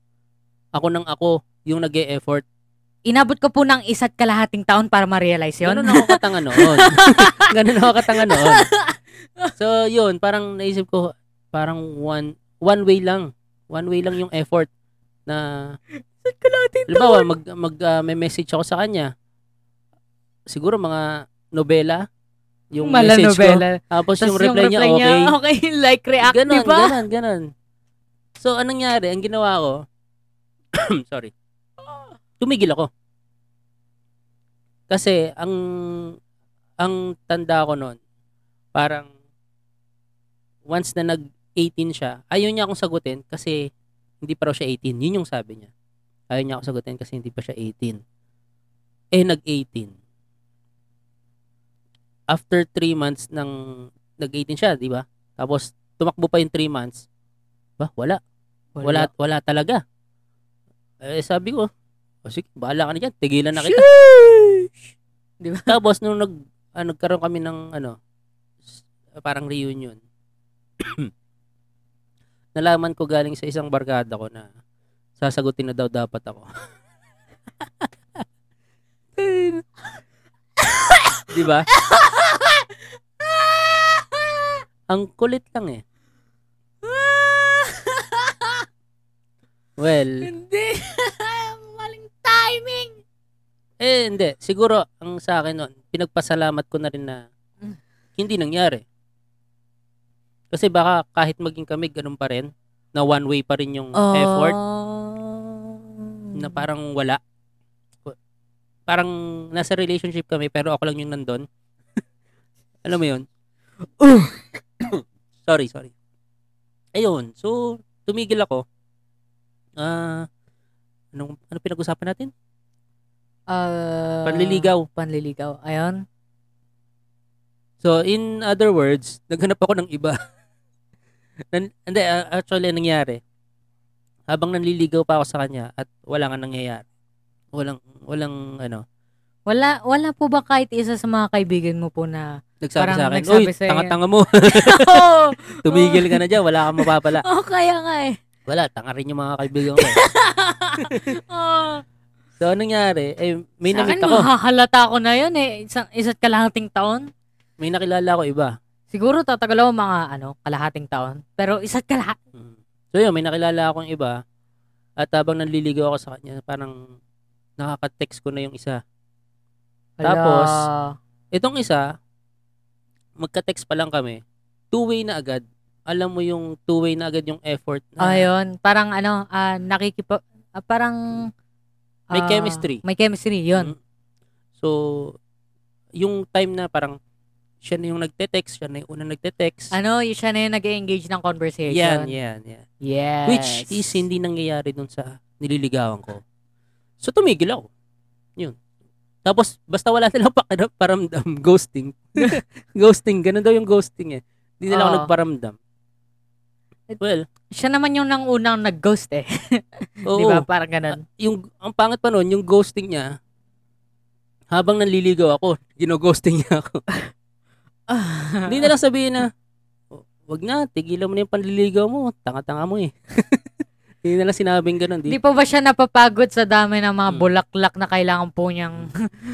[SPEAKER 1] Ako nang ako, yung nag effort
[SPEAKER 2] Inabot ko po ng isa't kalahating taon para ma-realize yun.
[SPEAKER 1] Ganun ako katanga *laughs* noon. Ganun ako katanga *laughs* noon. So, yun, parang naisip ko, parang one one way lang. One way lang yung effort na,
[SPEAKER 2] *laughs* isa't kalahating
[SPEAKER 1] halimbawa, mag, mag, ah, may message ako sa kanya. Siguro mga nobela. Yung
[SPEAKER 2] Mala
[SPEAKER 1] message ko.
[SPEAKER 2] novela.
[SPEAKER 1] Tapos
[SPEAKER 2] Tapos
[SPEAKER 1] yung reply, niya, okay. *laughs*
[SPEAKER 2] okay, like react,
[SPEAKER 1] ganon,
[SPEAKER 2] di ba?
[SPEAKER 1] ganon, ganon. So, anong nangyari? Ang ginawa ko, *clears throat* sorry, tumigil ako. Kasi, ang, ang tanda ko noon, parang, once na nag-18 siya, ayaw niya akong sagutin kasi hindi pa raw siya 18. Yun yung sabi niya. Ayaw niya akong sagutin kasi hindi pa siya 18. Eh, nag-18. After 3 months ng nag-18 siya, di ba? Tapos, tumakbo pa yung 3 months. Ba, wala. Wala, wala talaga. Eh, sabi ko, o sige, bahala ka na dyan. Tigilan na kita. *laughs* Tapos, nung nag, ah, nagkaroon kami ng, ano, s- parang reunion, *clears throat* nalaman ko galing sa isang barkada ko na sasagutin na daw dapat ako. *laughs* *laughs* Di ba? Ang kulit lang eh. Well,
[SPEAKER 2] Hindi. *laughs* Maling timing.
[SPEAKER 1] Eh, hindi. Siguro, ang sa akin noon, pinagpasalamat ko na rin na
[SPEAKER 2] Mm.
[SPEAKER 1] hindi nangyari. Kasi baka kahit maging kami, ganun pa rin, na one way pa rin yung
[SPEAKER 2] Oh.
[SPEAKER 1] effort,
[SPEAKER 2] Ah.
[SPEAKER 1] na parang wala. Parang nasa relationship kami, pero ako lang yung nandun. *laughs* Alam mo yun? *coughs* sorry, sorry. Ayun, so, tumigil ako. Ah, anong, ano pinag-usapan natin?
[SPEAKER 2] Ah,
[SPEAKER 1] Panliligaw.
[SPEAKER 2] Panliligaw. Ayun.
[SPEAKER 1] So, in other words, naghanap ako ng iba. *laughs* Nan- Hindi, uh, actually, ang nangyari. Habang nanliligaw pa ako sa kanya at wala nga nangyayari. Walang, walang, ano,
[SPEAKER 2] Wala, wala po ba kahit isa sa mga kaibigan mo po
[SPEAKER 1] *laughs*
[SPEAKER 2] na
[SPEAKER 1] nagsabi
[SPEAKER 2] Parang
[SPEAKER 1] sa akin,
[SPEAKER 2] nagsabi
[SPEAKER 1] Uy,
[SPEAKER 2] sa'yo.
[SPEAKER 1] tanga-tanga
[SPEAKER 2] *laughs*
[SPEAKER 1] mo. *laughs*
[SPEAKER 2] Oo,
[SPEAKER 1] Tumigil ka na dyan, wala kang
[SPEAKER 2] *laughs*
[SPEAKER 1] mapapala.
[SPEAKER 2] oh, kaya nga eh.
[SPEAKER 1] Wala, tanga rin yung mga kaibigan ko. eh.
[SPEAKER 2] Oh,
[SPEAKER 1] So, anong nangyari? Eh, may
[SPEAKER 2] sa akin,
[SPEAKER 1] nakita ko.
[SPEAKER 2] mahahalata ko na yun eh. Isang, isa't kalahating taon.
[SPEAKER 1] May nakilala ko iba.
[SPEAKER 2] Siguro tatagal ako mga ano, kalahating taon. Pero isa't kalahat.
[SPEAKER 1] Mm. So yun, may nakilala akong iba at habang nanliligaw ako sa kanya, parang nakaka-text ko na yung isa. Tapos, Itong isa, magka-text pa lang kami, two-way na agad. Alam mo yung two-way na agad yung effort. Na,
[SPEAKER 2] Ayun, Ah, parang ano, ah nakikipa, ah, parang...
[SPEAKER 1] May
[SPEAKER 2] ah,
[SPEAKER 1] chemistry.
[SPEAKER 2] May chemistry, yun.
[SPEAKER 1] Mm. So, yung time na parang siya na yung nagte-text, siya na yung unang nagte-text.
[SPEAKER 2] Ano, y- siya na yung nag-engage ng conversation.
[SPEAKER 1] Yan, yan, yan.
[SPEAKER 2] Yes.
[SPEAKER 1] Which is hindi nangyayari dun sa nililigawan ko. So, tumigil ako. Yun. Tapos, basta wala *laughs* nilang pakira- paramdam. *laughs*
[SPEAKER 2] *laughs*
[SPEAKER 1] Ghosting. ghosting. Ganun daw yung ghosting eh. Hindi nila ako
[SPEAKER 2] Oo.
[SPEAKER 1] nagparamdam. Well,
[SPEAKER 2] Siya naman yung nang unang nag-ghost eh. *laughs*
[SPEAKER 1] oo.
[SPEAKER 2] Di ba? Parang ganun.
[SPEAKER 1] yung ang pangit pa noon, yung ghosting niya habang nanliligaw ako, gino-ghosting niya ako.
[SPEAKER 2] Ah.
[SPEAKER 1] Hindi na lang sabihin na "O, wag na, tigilan mo na yung panliligaw mo, tanga-tanga mo eh. *laughs* Hindi na lang sinabing ganun.
[SPEAKER 2] Di
[SPEAKER 1] Di,
[SPEAKER 2] pa ba siya napapagod sa dami ng mga
[SPEAKER 1] Mm.
[SPEAKER 2] bulaklak na kailangan po niyang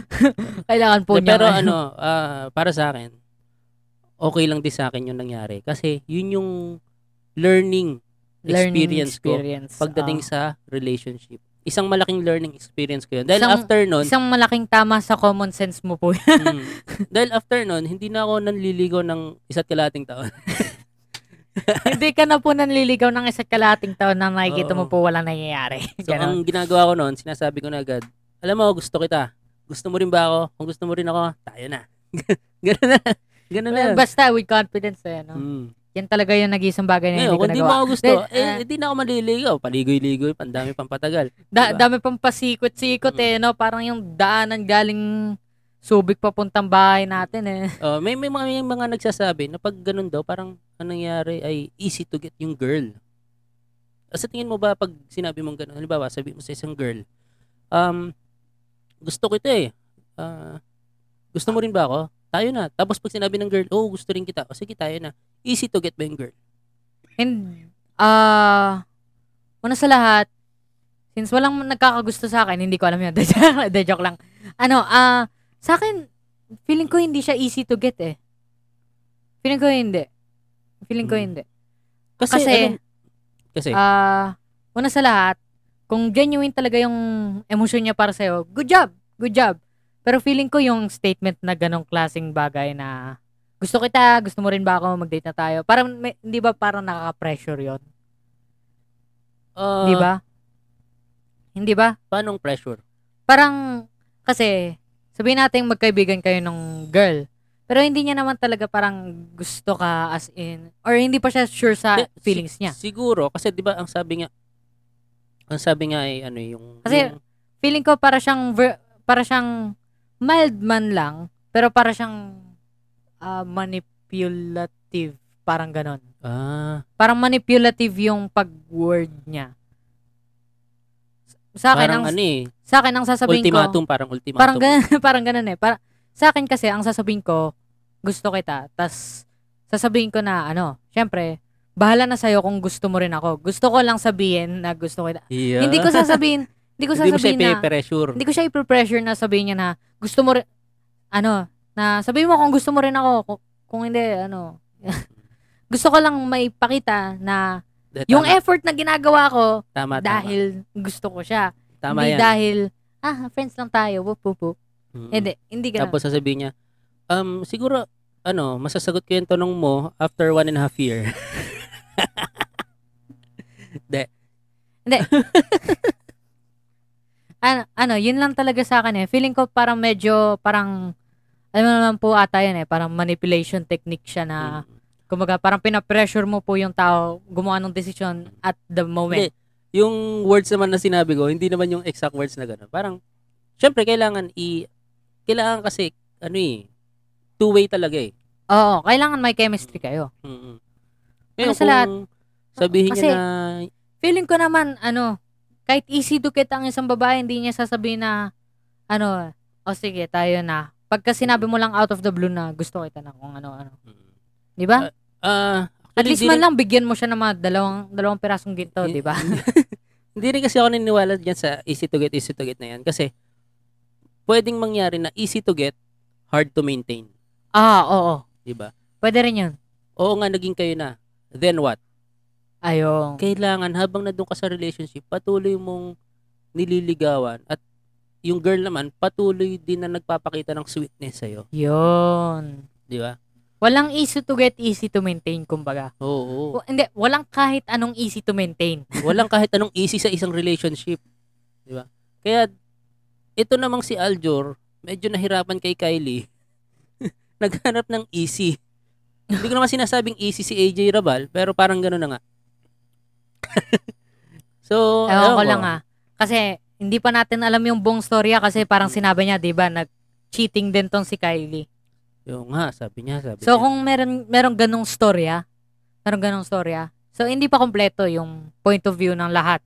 [SPEAKER 2] *laughs* kailangan po niyang
[SPEAKER 1] pero ano, ah, para sa akin, okay lang din sa akin yung nangyari. Kasi yun yung learning
[SPEAKER 2] learning
[SPEAKER 1] experience ko
[SPEAKER 2] experience.
[SPEAKER 1] pagdating
[SPEAKER 2] Oh.
[SPEAKER 1] sa relationship. Isang malaking learning experience ko yun. Dahil
[SPEAKER 2] Isang-
[SPEAKER 1] after nun,
[SPEAKER 2] *laughs* Isang malaking tama sa common sense mo po. *laughs*
[SPEAKER 1] Mm. Dahil after nun, hindi na ako nanliligo ng isa't kalating taon.
[SPEAKER 2] Hindi ka na po nanliligaw ng isa't kalating taon na nakikita mo
[SPEAKER 1] Oo.
[SPEAKER 2] po wala nangyayari. *laughs*
[SPEAKER 1] So,
[SPEAKER 2] Ganon.
[SPEAKER 1] ang ginagawa ko noon, sinasabi ko na agad, alam mo, gusto kita. Gusto mo rin ba ako? Kung gusto mo rin ako, tayo na. *laughs* Ganun na. Ganun na.
[SPEAKER 2] Basta with confidence eh, no?
[SPEAKER 1] Mm.
[SPEAKER 2] Yan talaga yung nag-iisang bagay na
[SPEAKER 1] Ngayon,
[SPEAKER 2] hindi ko
[SPEAKER 1] kung di mo
[SPEAKER 2] nagawa.
[SPEAKER 1] ako gusto,
[SPEAKER 2] Then, ah,
[SPEAKER 1] eh, hindi na ako maliligaw. Paligoy-ligoy, pandami pang patagal.
[SPEAKER 2] Da-
[SPEAKER 1] diba?
[SPEAKER 2] Dami pang pasikot-sikot eh, no? Parang yung daanan galing Subic papuntang bahay natin eh.
[SPEAKER 1] Oh, may, may, mga, may mga nagsasabi na pag ganun daw, parang anong nangyari ay easy to get yung girl. Ah, Sa tingin mo ba pag sinabi mong ganun, halimbawa, sabi mo sa isang girl, um, gusto kita eh. Ah, Gusto mo rin ba ako? Tayo na. Tapos pag sinabi ng girl, oh, gusto rin kita. O sige, tayo na. Easy to get ba yung girl?
[SPEAKER 2] And, ah, una sa lahat, since walang nagkakagusto sa akin, hindi ko alam yun. *laughs* De joke, de joke lang. Ano, ah, sa akin, feeling ko hindi siya easy to get eh. Feeling ko hindi. Feeling ko
[SPEAKER 1] Hmm.
[SPEAKER 2] hindi.
[SPEAKER 1] Kasi,
[SPEAKER 2] Kasi-
[SPEAKER 1] ano- kasi,
[SPEAKER 2] Ah, una sa lahat, kung genuine talaga yung emosyon niya para sa'yo, good job, good job. Pero feeling ko yung statement na ganong klaseng bagay na gusto kita, gusto mo rin ba ako, mag-date na tayo. Parang, may- hindi ba parang nakaka-pressure yon
[SPEAKER 1] uh,
[SPEAKER 2] Di ba? Hindi ba?
[SPEAKER 1] Paanong pressure?
[SPEAKER 2] Parang, kasi, sabihin natin magkaibigan kayo ng girl. Pero hindi niya naman talaga parang gusto ka as in, or hindi pa siya sure sa
[SPEAKER 1] Hindi, si-
[SPEAKER 2] feelings niya.
[SPEAKER 1] Siguro, kasi di ba ang sabi nga, ang sabi nga ay ano yung,
[SPEAKER 2] Kasi-
[SPEAKER 1] yung-
[SPEAKER 2] feeling ko para siyang ver- para siyang mild man lang pero para siyang ah, manipulative parang ganon
[SPEAKER 1] ah,
[SPEAKER 2] parang manipulative yung pag-word niya sa akin
[SPEAKER 1] parang
[SPEAKER 2] ang
[SPEAKER 1] ano eh,
[SPEAKER 2] sa akin ang sasabihin
[SPEAKER 1] ultimatum, parang
[SPEAKER 2] ko
[SPEAKER 1] ultimatum.
[SPEAKER 2] parang ganun, *laughs* parang ganon eh para sa akin kasi ang sasabihin ko gusto kita tas sasabihin ko na ano syempre bahala na sa'yo kung gusto mo rin ako gusto ko lang sabihin na gusto kita
[SPEAKER 1] Yeah.
[SPEAKER 2] hindi ko sasabihin hindi ko
[SPEAKER 1] Hindi mo siya eh,
[SPEAKER 2] sasabihin na
[SPEAKER 1] ipe-pressure.
[SPEAKER 2] hindi ko siya i-pressure na sabihin niya na gusto mo rin, ano, na sabihin mo kung gusto mo rin ako, kung, kung hindi, ano, *laughs* gusto ko lang maipakita na
[SPEAKER 1] Dahil
[SPEAKER 2] yung
[SPEAKER 1] tama,
[SPEAKER 2] effort na ginagawa ko
[SPEAKER 1] tama, tama,
[SPEAKER 2] dahil gusto ko siya.
[SPEAKER 1] tama
[SPEAKER 2] hindi
[SPEAKER 1] yan.
[SPEAKER 2] dahil, ah, friends lang tayo, wup, wup, wup.
[SPEAKER 1] Mm.
[SPEAKER 2] Hindi, hindi ganun.
[SPEAKER 1] Tapos sasabihin niya, um, siguro, ano, masasagot ko yung tanong mo after one and a half year.
[SPEAKER 2] ano, ano, yun lang talaga sa akin eh. Feeling ko parang medyo, parang, alam mo naman po ata yan eh, parang manipulation technique siya na,
[SPEAKER 1] Mm.
[SPEAKER 2] kumbaga, parang pinapressure mo po yung tao gumawa ng desisyon at the moment.
[SPEAKER 1] *laughs* Yung words naman na sinabi ko, hindi naman yung exact words na gano'n. Parang, syempre, kailangan i... Kailangan kasi, ano eh, two-way talaga eh.
[SPEAKER 2] Oo, kailangan may chemistry kayo.
[SPEAKER 1] Mm-mm.
[SPEAKER 2] Ano sa
[SPEAKER 1] kung
[SPEAKER 2] lahat?
[SPEAKER 1] Sabihin
[SPEAKER 2] Kasi-
[SPEAKER 1] niya na,
[SPEAKER 2] feeling ko naman, ano, kahit easy to get ang isang babae, hindi niya sasabihin na, ano, o sige, tayo na. Pagka sinabi mo lang out of the blue na gusto kita na kung ano-ano.
[SPEAKER 1] Mm.
[SPEAKER 2] Di ba?
[SPEAKER 1] ah,
[SPEAKER 2] At
[SPEAKER 1] actually,
[SPEAKER 2] least
[SPEAKER 1] di
[SPEAKER 2] man
[SPEAKER 1] rin-
[SPEAKER 2] lang bigyan mo siya ng mga dalawang, dalawang pirasong ginto,
[SPEAKER 1] Eh,
[SPEAKER 2] di ba?
[SPEAKER 1] *laughs* Hindi rin kasi ako naniniwala dyan sa easy to get, easy to get na yan. Kasi, pwedeng mangyari na easy to get, hard to maintain.
[SPEAKER 2] ah, oo.
[SPEAKER 1] Diba?
[SPEAKER 2] Pwede rin yun.
[SPEAKER 1] Oo nga, naging kayo na. Then what?
[SPEAKER 2] Ayong.
[SPEAKER 1] Kailangan, habang nandun ka sa relationship, patuloy mong nililigawan at yung girl naman, patuloy din na nagpapakita ng sweetness sa'yo.
[SPEAKER 2] Yun.
[SPEAKER 1] Di ba?
[SPEAKER 2] Walang easy to get, easy to maintain, kumbaga.
[SPEAKER 1] Oo.
[SPEAKER 2] W- hindi, walang kahit anong easy to maintain.
[SPEAKER 1] Walang kahit anong easy sa isang relationship. Di ba? Kaya, ito namang si Aljor, medyo nahirapan kay Kylie. *laughs* Naghanap ng easy. Hindi ko naman sinasabing easy si AJ Rabal, pero parang gano'n na nga. *laughs* so,
[SPEAKER 2] Ewan
[SPEAKER 1] ayun
[SPEAKER 2] ko lang ah. Kasi hindi pa natin alam yung buong storya kasi parang
[SPEAKER 1] Mm.
[SPEAKER 2] sinabi niya, 'di ba, nag cheating din tong si Kylie.
[SPEAKER 1] Yung nga, sabi niya, sabi
[SPEAKER 2] So
[SPEAKER 1] niya.
[SPEAKER 2] kung meron merong ganong storya, merong ganong storya. So hindi pa kompleto yung point of view ng lahat.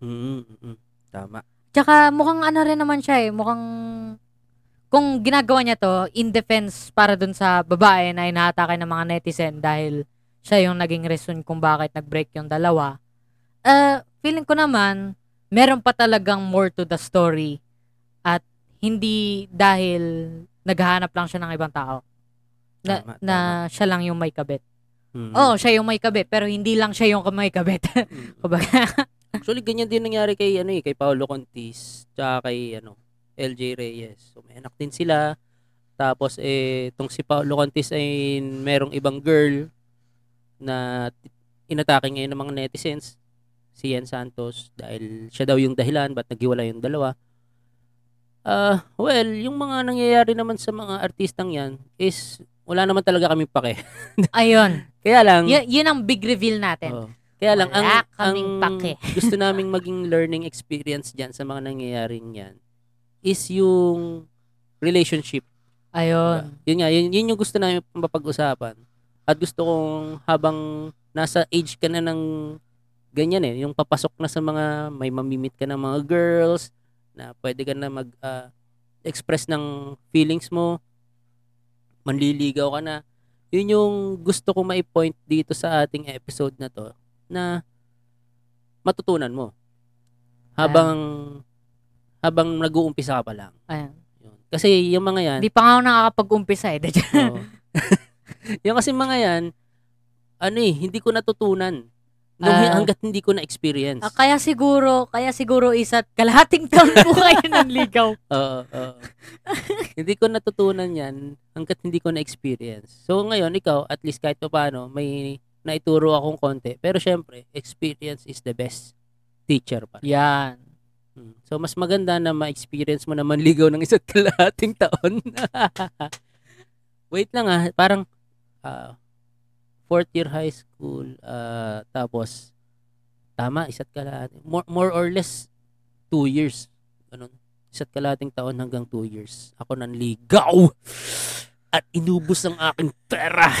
[SPEAKER 1] Mm, mm, mm. Tama.
[SPEAKER 2] Tsaka mukhang ano rin naman siya eh, mukhang kung ginagawa niya to in defense para dun sa babae na inaatake ng mga netizen dahil siya yung naging reason kung bakit nag-break yung dalawa. Uh, feeling ko naman, meron pa talagang more to the story at hindi dahil naghahanap lang siya ng ibang tao na,
[SPEAKER 1] Tama,
[SPEAKER 2] na siya lang yung may kabit.
[SPEAKER 1] Mm,
[SPEAKER 2] Oo, siya yung may kabit, pero hindi lang siya yung may kabit. *laughs*
[SPEAKER 1] mm.
[SPEAKER 2] Kumbaga,
[SPEAKER 1] *laughs* Actually, ganyan din nangyari kay, ano eh, kay Paolo Contis, tsaka kay, ano, LJ Reyes. So, may anak din sila. Tapos, eh, tong si Paolo Contis ay merong ibang girl na t- inatake ngayon ng mga netizens, si Ian Santos, dahil siya daw yung dahilan, ba't naghiwalay yung dalawa. Ah, well, yung mga nangyayari naman sa mga artistang yan is wala naman talaga kami pake. *laughs*
[SPEAKER 2] ayun.
[SPEAKER 1] Kaya lang,
[SPEAKER 2] Y- yun ang big reveal natin.
[SPEAKER 1] Oo. Kaya lang, ang,
[SPEAKER 2] Wala kaming
[SPEAKER 1] ang
[SPEAKER 2] pake. *laughs*
[SPEAKER 1] gusto naming maging learning experience dyan sa mga nangyayaring yan is yung relationship.
[SPEAKER 2] Ayun.
[SPEAKER 1] Yun nga, yun, yun yung gusto namin mapag-usapan. At gusto kong habang nasa age ka na ng ganyan eh, yung papasok na sa mga, may mamimit ka ng mga girls, na pwede ka na mag ah, express ng feelings mo, manliligaw ka na. Yun yung gusto ko ma-point dito sa ating episode na to na matutunan mo. Habang habang nag-uumpisa ka pa lang.
[SPEAKER 2] Ayan.
[SPEAKER 1] Yun. Kasi yung mga yan,
[SPEAKER 2] Hindi pa nga ako nakakapag-umpisa eh. *laughs* Dadya.
[SPEAKER 1] Oo. *laughs* yung kasi mga yan, ano eh, hindi ko natutunan. Nung
[SPEAKER 2] Ah.
[SPEAKER 1] hanggat hindi ko na-experience.
[SPEAKER 2] Ah, kaya siguro, kaya siguro isa't kalahating taon po *laughs* kayo nanligaw.
[SPEAKER 1] Oo, oo.
[SPEAKER 2] *laughs*
[SPEAKER 1] hindi ko natutunan yan hanggat hindi ko na-experience. So ngayon, ikaw, at least kahit pa paano, may naituro akong konti. Pero syempre, experience is the best teacher pa.
[SPEAKER 2] Yan.
[SPEAKER 1] Mm. So mas maganda na ma-experience mo na manligaw ng isa't kalahating taon. *laughs* Wait lang ah, parang ah, fourth year high school ah, tapos tama isa't kalahating more, more or less two years. Ganun. Isa't kalahating taon hanggang two years. Ako nanligaw at inubos ang aking pera *laughs*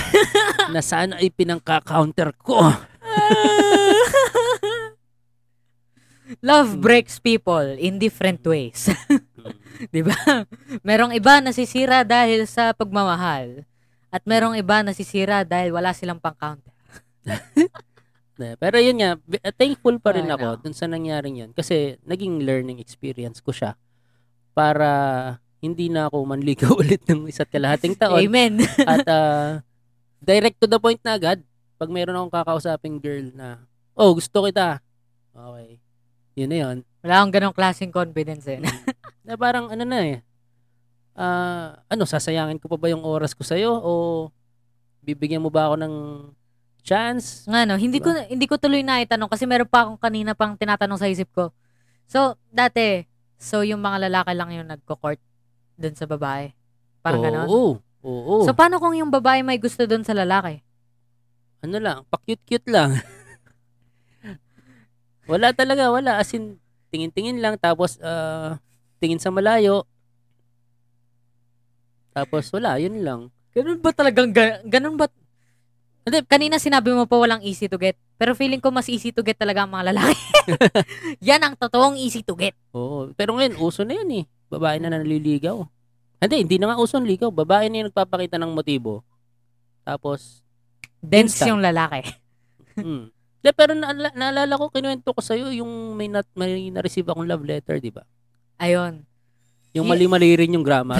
[SPEAKER 1] na sana ay pinangka-counter ko.
[SPEAKER 2] Love
[SPEAKER 1] Hmm.
[SPEAKER 2] breaks people in different ways. *laughs*
[SPEAKER 1] Mm.
[SPEAKER 2] 'Di ba? Merong iba nasisira dahil sa pagmamahal at merong iba nasisira dahil wala silang pang-counter.
[SPEAKER 1] Na- Pero yun nga, b- uh, thankful pa rin
[SPEAKER 2] Ay,
[SPEAKER 1] ako
[SPEAKER 2] no.
[SPEAKER 1] dun sa nangyaring yun. Kasi naging learning experience ko siya para hindi na ako manligaw *laughs* ulit ng isa't kalahating taon.
[SPEAKER 2] Amen. *laughs*
[SPEAKER 1] At ah, direct to the point na agad, pag meron akong kakausaping girl na, oh, gusto kita. Okay. Yun na yun.
[SPEAKER 2] Wala akong ganong klaseng confidence eh.
[SPEAKER 1] Na parang ano na eh. Ah, ano, sasayangin ko pa ba yung oras ko sa'yo? O bibigyan mo ba ako ng chance?
[SPEAKER 2] Nga no, hindi ko hindi ko tuloy na itanong kasi meron pa akong kanina pang tinatanong sa isip ko. So, dati, so yung mga lalaki lang yung nagko-court dun sa babae. Parang
[SPEAKER 1] oo,
[SPEAKER 2] ganon.
[SPEAKER 1] oo, oo.
[SPEAKER 2] So, paano kung yung babae may gusto dun sa lalaki?
[SPEAKER 1] ano lang, pa-cute-cute lang. *laughs* wala talaga, wala. As in, tingin-tingin lang, tapos ah, tingin sa malayo. Tapos wala, yun lang.
[SPEAKER 2] Ganun ba talagang ga- ganun ba? Hindi, kanina sinabi mo pa walang easy to get. Pero feeling ko mas easy to get talaga ang mga *laughs* lalaki. Yan ang totoong easy to get.
[SPEAKER 1] Oo. Pero ngayon, uso na yun eh. Babae na nanliligaw. Hindi, hindi na nga uso ang ligaw. Babae na yung nagpapakita ng motibo. Tapos,
[SPEAKER 2] Dense
[SPEAKER 1] Instant.
[SPEAKER 2] yung lalaki.
[SPEAKER 1] hmm. De, pero naala- naalala ko, kinuwento ko sa'yo yung may, nat, may na-receive akong love letter, di ba?
[SPEAKER 2] Ayun.
[SPEAKER 1] Yung
[SPEAKER 2] Ye-
[SPEAKER 1] mali-mali rin yung
[SPEAKER 2] *laughs*
[SPEAKER 1] grammar.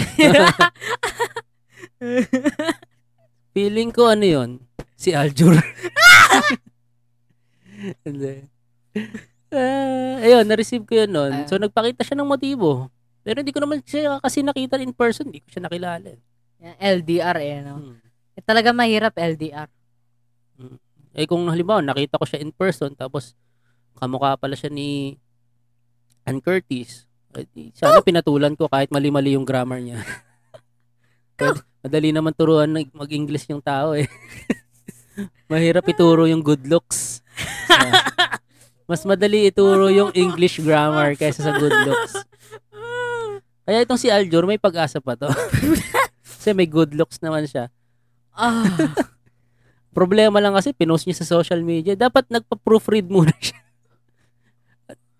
[SPEAKER 1] Feeling ko ano yun, si Aljur. *laughs* Hindi. Ah, ayun, na-receive ko yun nun.
[SPEAKER 2] Ah.
[SPEAKER 1] So, nagpakita siya ng motibo. Pero hindi ko naman siya kasi nakita in person. Hindi ko siya nakilala. eh.
[SPEAKER 2] LDR eh, no?
[SPEAKER 1] Hmm.
[SPEAKER 2] Eh, talaga mahirap LDR.
[SPEAKER 1] Eh kung halimbawa, nakita ko siya in person, tapos kamukha pala siya ni Ann Curtis. Eh, di, Sana pinatulan ko kahit mali-mali yung grammar niya. Mad- Madali naman turuan ng- mag-English yung tao eh. *laughs* Mahirap ituro yung good looks. Ah, mas madali ituro yung English grammar kaysa sa good looks.
[SPEAKER 2] Ah.
[SPEAKER 1] Kaya itong si Aljur, may pag-asa pa to. Kasi may good looks naman siya.
[SPEAKER 2] *laughs* Ah.
[SPEAKER 1] Problema lang kasi, pinost niya sa social media. Dapat nagpa-proofread muna siya.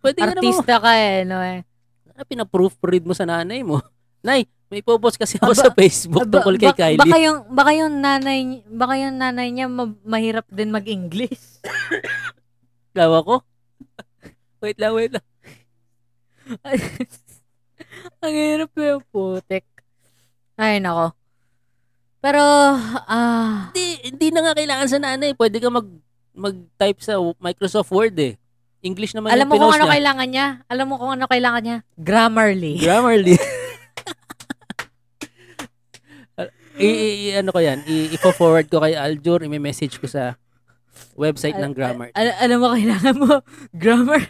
[SPEAKER 1] Pwede ka naman,
[SPEAKER 2] Artista ka eh, no eh.
[SPEAKER 1] ah, pinaproofread mo sa nanay mo. Nay, may popost kasi ako
[SPEAKER 2] Aba-
[SPEAKER 1] sa Facebook tungkol kay
[SPEAKER 2] Ba-
[SPEAKER 1] Kylie.
[SPEAKER 2] Baka yung, baka yung nanay, baka yung nanay niya ma- mahirap din mag-English.
[SPEAKER 1] Lawa ko. *laughs* Wait lang, wait lang.
[SPEAKER 2] *laughs* Ang hirap yung putik. Ay, nako. Pero, ah,
[SPEAKER 1] Hindi, hindi na nga kailangan sa nanay. Pwede ka mag, mag-type sa Microsoft Word eh. English naman yung
[SPEAKER 2] alam mo kung
[SPEAKER 1] pinost
[SPEAKER 2] ano
[SPEAKER 1] *laughs* niya.
[SPEAKER 2] kailangan niya? Alam mo kung ano kailangan niya? Grammarly.
[SPEAKER 1] Grammarly. I, i- i- ano ko yan, i- ipo-forward ko kay Aljur, i-message ko sa website ng grammar.
[SPEAKER 2] Al- alam mo kailangan mo? *laughs* Grammar.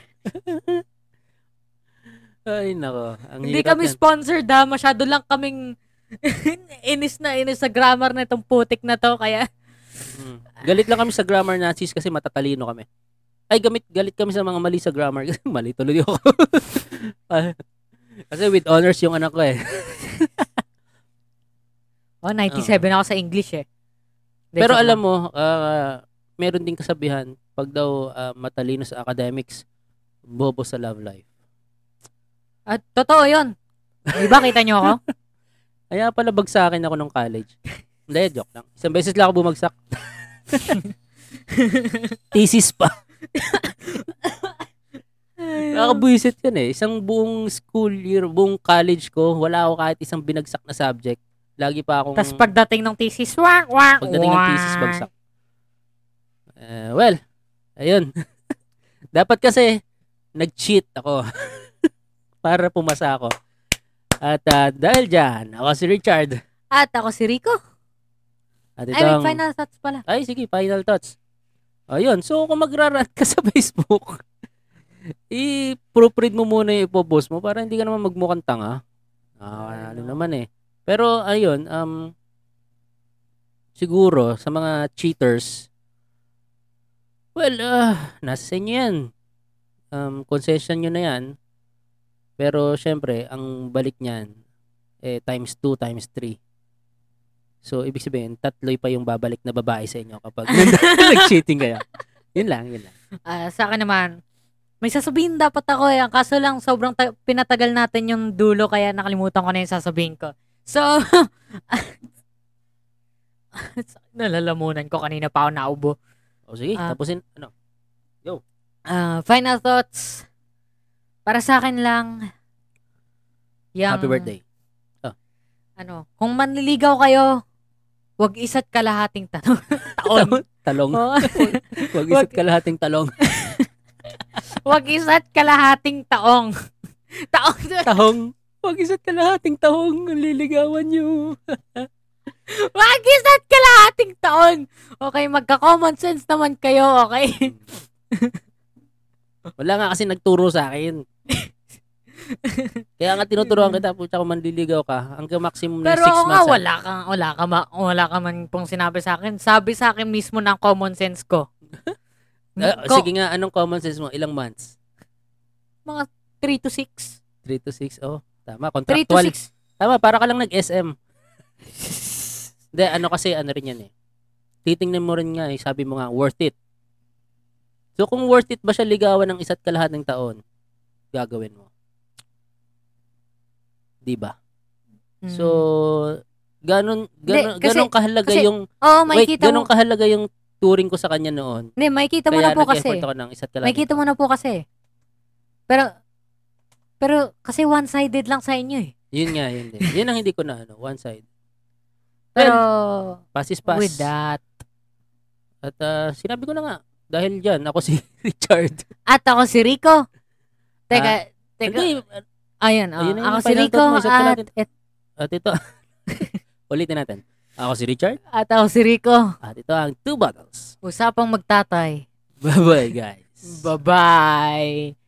[SPEAKER 1] Ay, nako. Ang
[SPEAKER 2] Hindi
[SPEAKER 1] hirap
[SPEAKER 2] kami
[SPEAKER 1] yan.
[SPEAKER 2] sponsored ha. Masyado lang kaming *laughs* inis na inis sa grammar na itong putik na to. Kaya,
[SPEAKER 1] Mm. Galit lang kami sa grammar Nazis kasi matatalino kami. Ay, gamit, galit kami sa mga mali sa grammar *laughs* kasi mali tuloy ako. Ah, kasi with honors yung anak ko eh.
[SPEAKER 2] oh, 97 ako sa English eh. Hindi,
[SPEAKER 1] Pero
[SPEAKER 2] joke
[SPEAKER 1] alam
[SPEAKER 2] lang.
[SPEAKER 1] mo, ah, meron ding kasabihan, pag daw ah, matalino sa academics, bobo sa love life.
[SPEAKER 2] At
[SPEAKER 1] *laughs*
[SPEAKER 2] totoo yun. Di ba? Kita nyo ako?
[SPEAKER 1] Kaya pala bagsakin ako nung college. Hindi, joke lang. Isang beses lang ako bumagsak.
[SPEAKER 2] *laughs*
[SPEAKER 1] Thesis pa. Nakabwisit yun eh. Isang buong school year, buong college ko, wala ako kahit isang binagsak na subject. Lagi pa akong...
[SPEAKER 2] Tapos pagdating ng thesis, wak, wak,
[SPEAKER 1] Pagdating ng thesis,
[SPEAKER 2] wak.
[SPEAKER 1] bagsak. Eh, well, ayun. *laughs* Dapat kasi, nag-cheat ako *laughs* para pumasa ako. At ah, dahil dyan, ako si Richard.
[SPEAKER 2] At ako si Rico.
[SPEAKER 1] At
[SPEAKER 2] I mean,
[SPEAKER 1] itong...
[SPEAKER 2] final thoughts pala.
[SPEAKER 1] Ay, sige, final thoughts. Ayun, so kung magra-rant ka *laughs* sa Facebook, i-proofread mo muna yung ipopost mo para hindi ka naman magmukhang tanga. Ah,
[SPEAKER 2] Ay,
[SPEAKER 1] ano
[SPEAKER 2] no.
[SPEAKER 1] naman eh. Pero ayun, um, siguro sa mga cheaters, well, ah, nasa sa inyo yan. Um, concession nyo na yan. Pero syempre, ang balik niyan, eh, times 2, times 3. So, ibig sabihin, tatloy pa yung babalik na babae sa inyo kapag *laughs* nag-cheating kayo. Yun lang, yun lang.
[SPEAKER 2] Ah, sa akin naman, may sasabihin dapat ako eh. Ang Kaso lang, sobrang ta- pinatagal natin yung dulo kaya nakalimutan ko na yung sasabihin ko. So, *laughs* nalalamunan ko kanina pa ako naubo.
[SPEAKER 1] O sige,
[SPEAKER 2] Ah.
[SPEAKER 1] tapusin. Ano?
[SPEAKER 2] Ah, final thoughts. Para sa akin lang, yung,
[SPEAKER 1] Happy birthday.
[SPEAKER 2] Ano, kung manliligaw kayo, wag isa't kalahating tanong. taon.
[SPEAKER 1] *laughs*
[SPEAKER 2] Oh,
[SPEAKER 1] talong. Huwag isip kalahating talong.
[SPEAKER 2] *laughs* wag isa't kalahating taong. *laughs* taong
[SPEAKER 1] Tahong. Huwag isip kalahating tahong. Ang Liligawan nyo.
[SPEAKER 2] Wag isa't kalahating taon. Okay, magka-common sense naman kayo, okay?
[SPEAKER 1] Hmm. Wala nga kasi nagturo sa akin. Kaya nga tinuturoan kita, puta kung manliligaw ka, hanggang maximum na 6
[SPEAKER 2] Pero
[SPEAKER 1] months.
[SPEAKER 2] ako nga,
[SPEAKER 1] ah.
[SPEAKER 2] wala ka, wala ka, ma- wala ka man pong sinabi sa akin. Sabi sa akin mismo ng common sense
[SPEAKER 1] *laughs*
[SPEAKER 2] ko.
[SPEAKER 1] Ah,
[SPEAKER 2] Ko-
[SPEAKER 1] sige nga, anong common sense mo? Ilang months?
[SPEAKER 2] Mga 3 to
[SPEAKER 1] 3 to 6,
[SPEAKER 2] 6.
[SPEAKER 1] oh. Tama,
[SPEAKER 2] 3 to
[SPEAKER 1] contractual.
[SPEAKER 2] 6.
[SPEAKER 1] Tama, para ka lang nag-SM. Hindi, ano kasi, ano rin yan eh. Titingnan mo rin nga eh, sabi mo nga, worth it. So kung worth it ba siya ligawan ng isa't kalahating taon, gagawin mo. 'Di ba?
[SPEAKER 2] Mm.
[SPEAKER 1] So ganun ganun,
[SPEAKER 2] Hindi, kasi-
[SPEAKER 1] ganun kahalaga
[SPEAKER 2] kasi
[SPEAKER 1] yung
[SPEAKER 2] Oo,
[SPEAKER 1] wait,
[SPEAKER 2] makikita
[SPEAKER 1] ganun
[SPEAKER 2] mo.
[SPEAKER 1] kahalaga yung touring ko sa kanya noon.
[SPEAKER 2] Hindi, makikita mo
[SPEAKER 1] Kaya
[SPEAKER 2] na po kasi.
[SPEAKER 1] nag-effort ako ng isa't kalahating.
[SPEAKER 2] Makikita mo na po kasi. Pero, pero kasi one-sided lang sa inyo eh.
[SPEAKER 1] Yun nga, yun din. Yun ang hindi ko na ano, one side.
[SPEAKER 2] Pero,
[SPEAKER 1] Pass is pass.
[SPEAKER 2] with that.
[SPEAKER 1] At ah, sinabi ko na nga, dahil dyan, ako si *laughs* Richard.
[SPEAKER 2] At ako si Rico. Teka, teka.
[SPEAKER 1] Ah, Hindi,
[SPEAKER 2] Ayun, oh.
[SPEAKER 1] Ayun na yung
[SPEAKER 2] ako si
[SPEAKER 1] final
[SPEAKER 2] Rico
[SPEAKER 1] thought mo, isa't
[SPEAKER 2] at,
[SPEAKER 1] kalahating-
[SPEAKER 2] et-
[SPEAKER 1] At
[SPEAKER 2] *laughs*
[SPEAKER 1] ito, Ah, ulitin natin. Ako si Richard,
[SPEAKER 2] at ako si Rico.
[SPEAKER 1] at ito
[SPEAKER 2] *laughs*
[SPEAKER 1] ang Two Bottles.
[SPEAKER 2] Usapang magtatay.
[SPEAKER 1] Bye-bye, guys.
[SPEAKER 2] Bye-bye.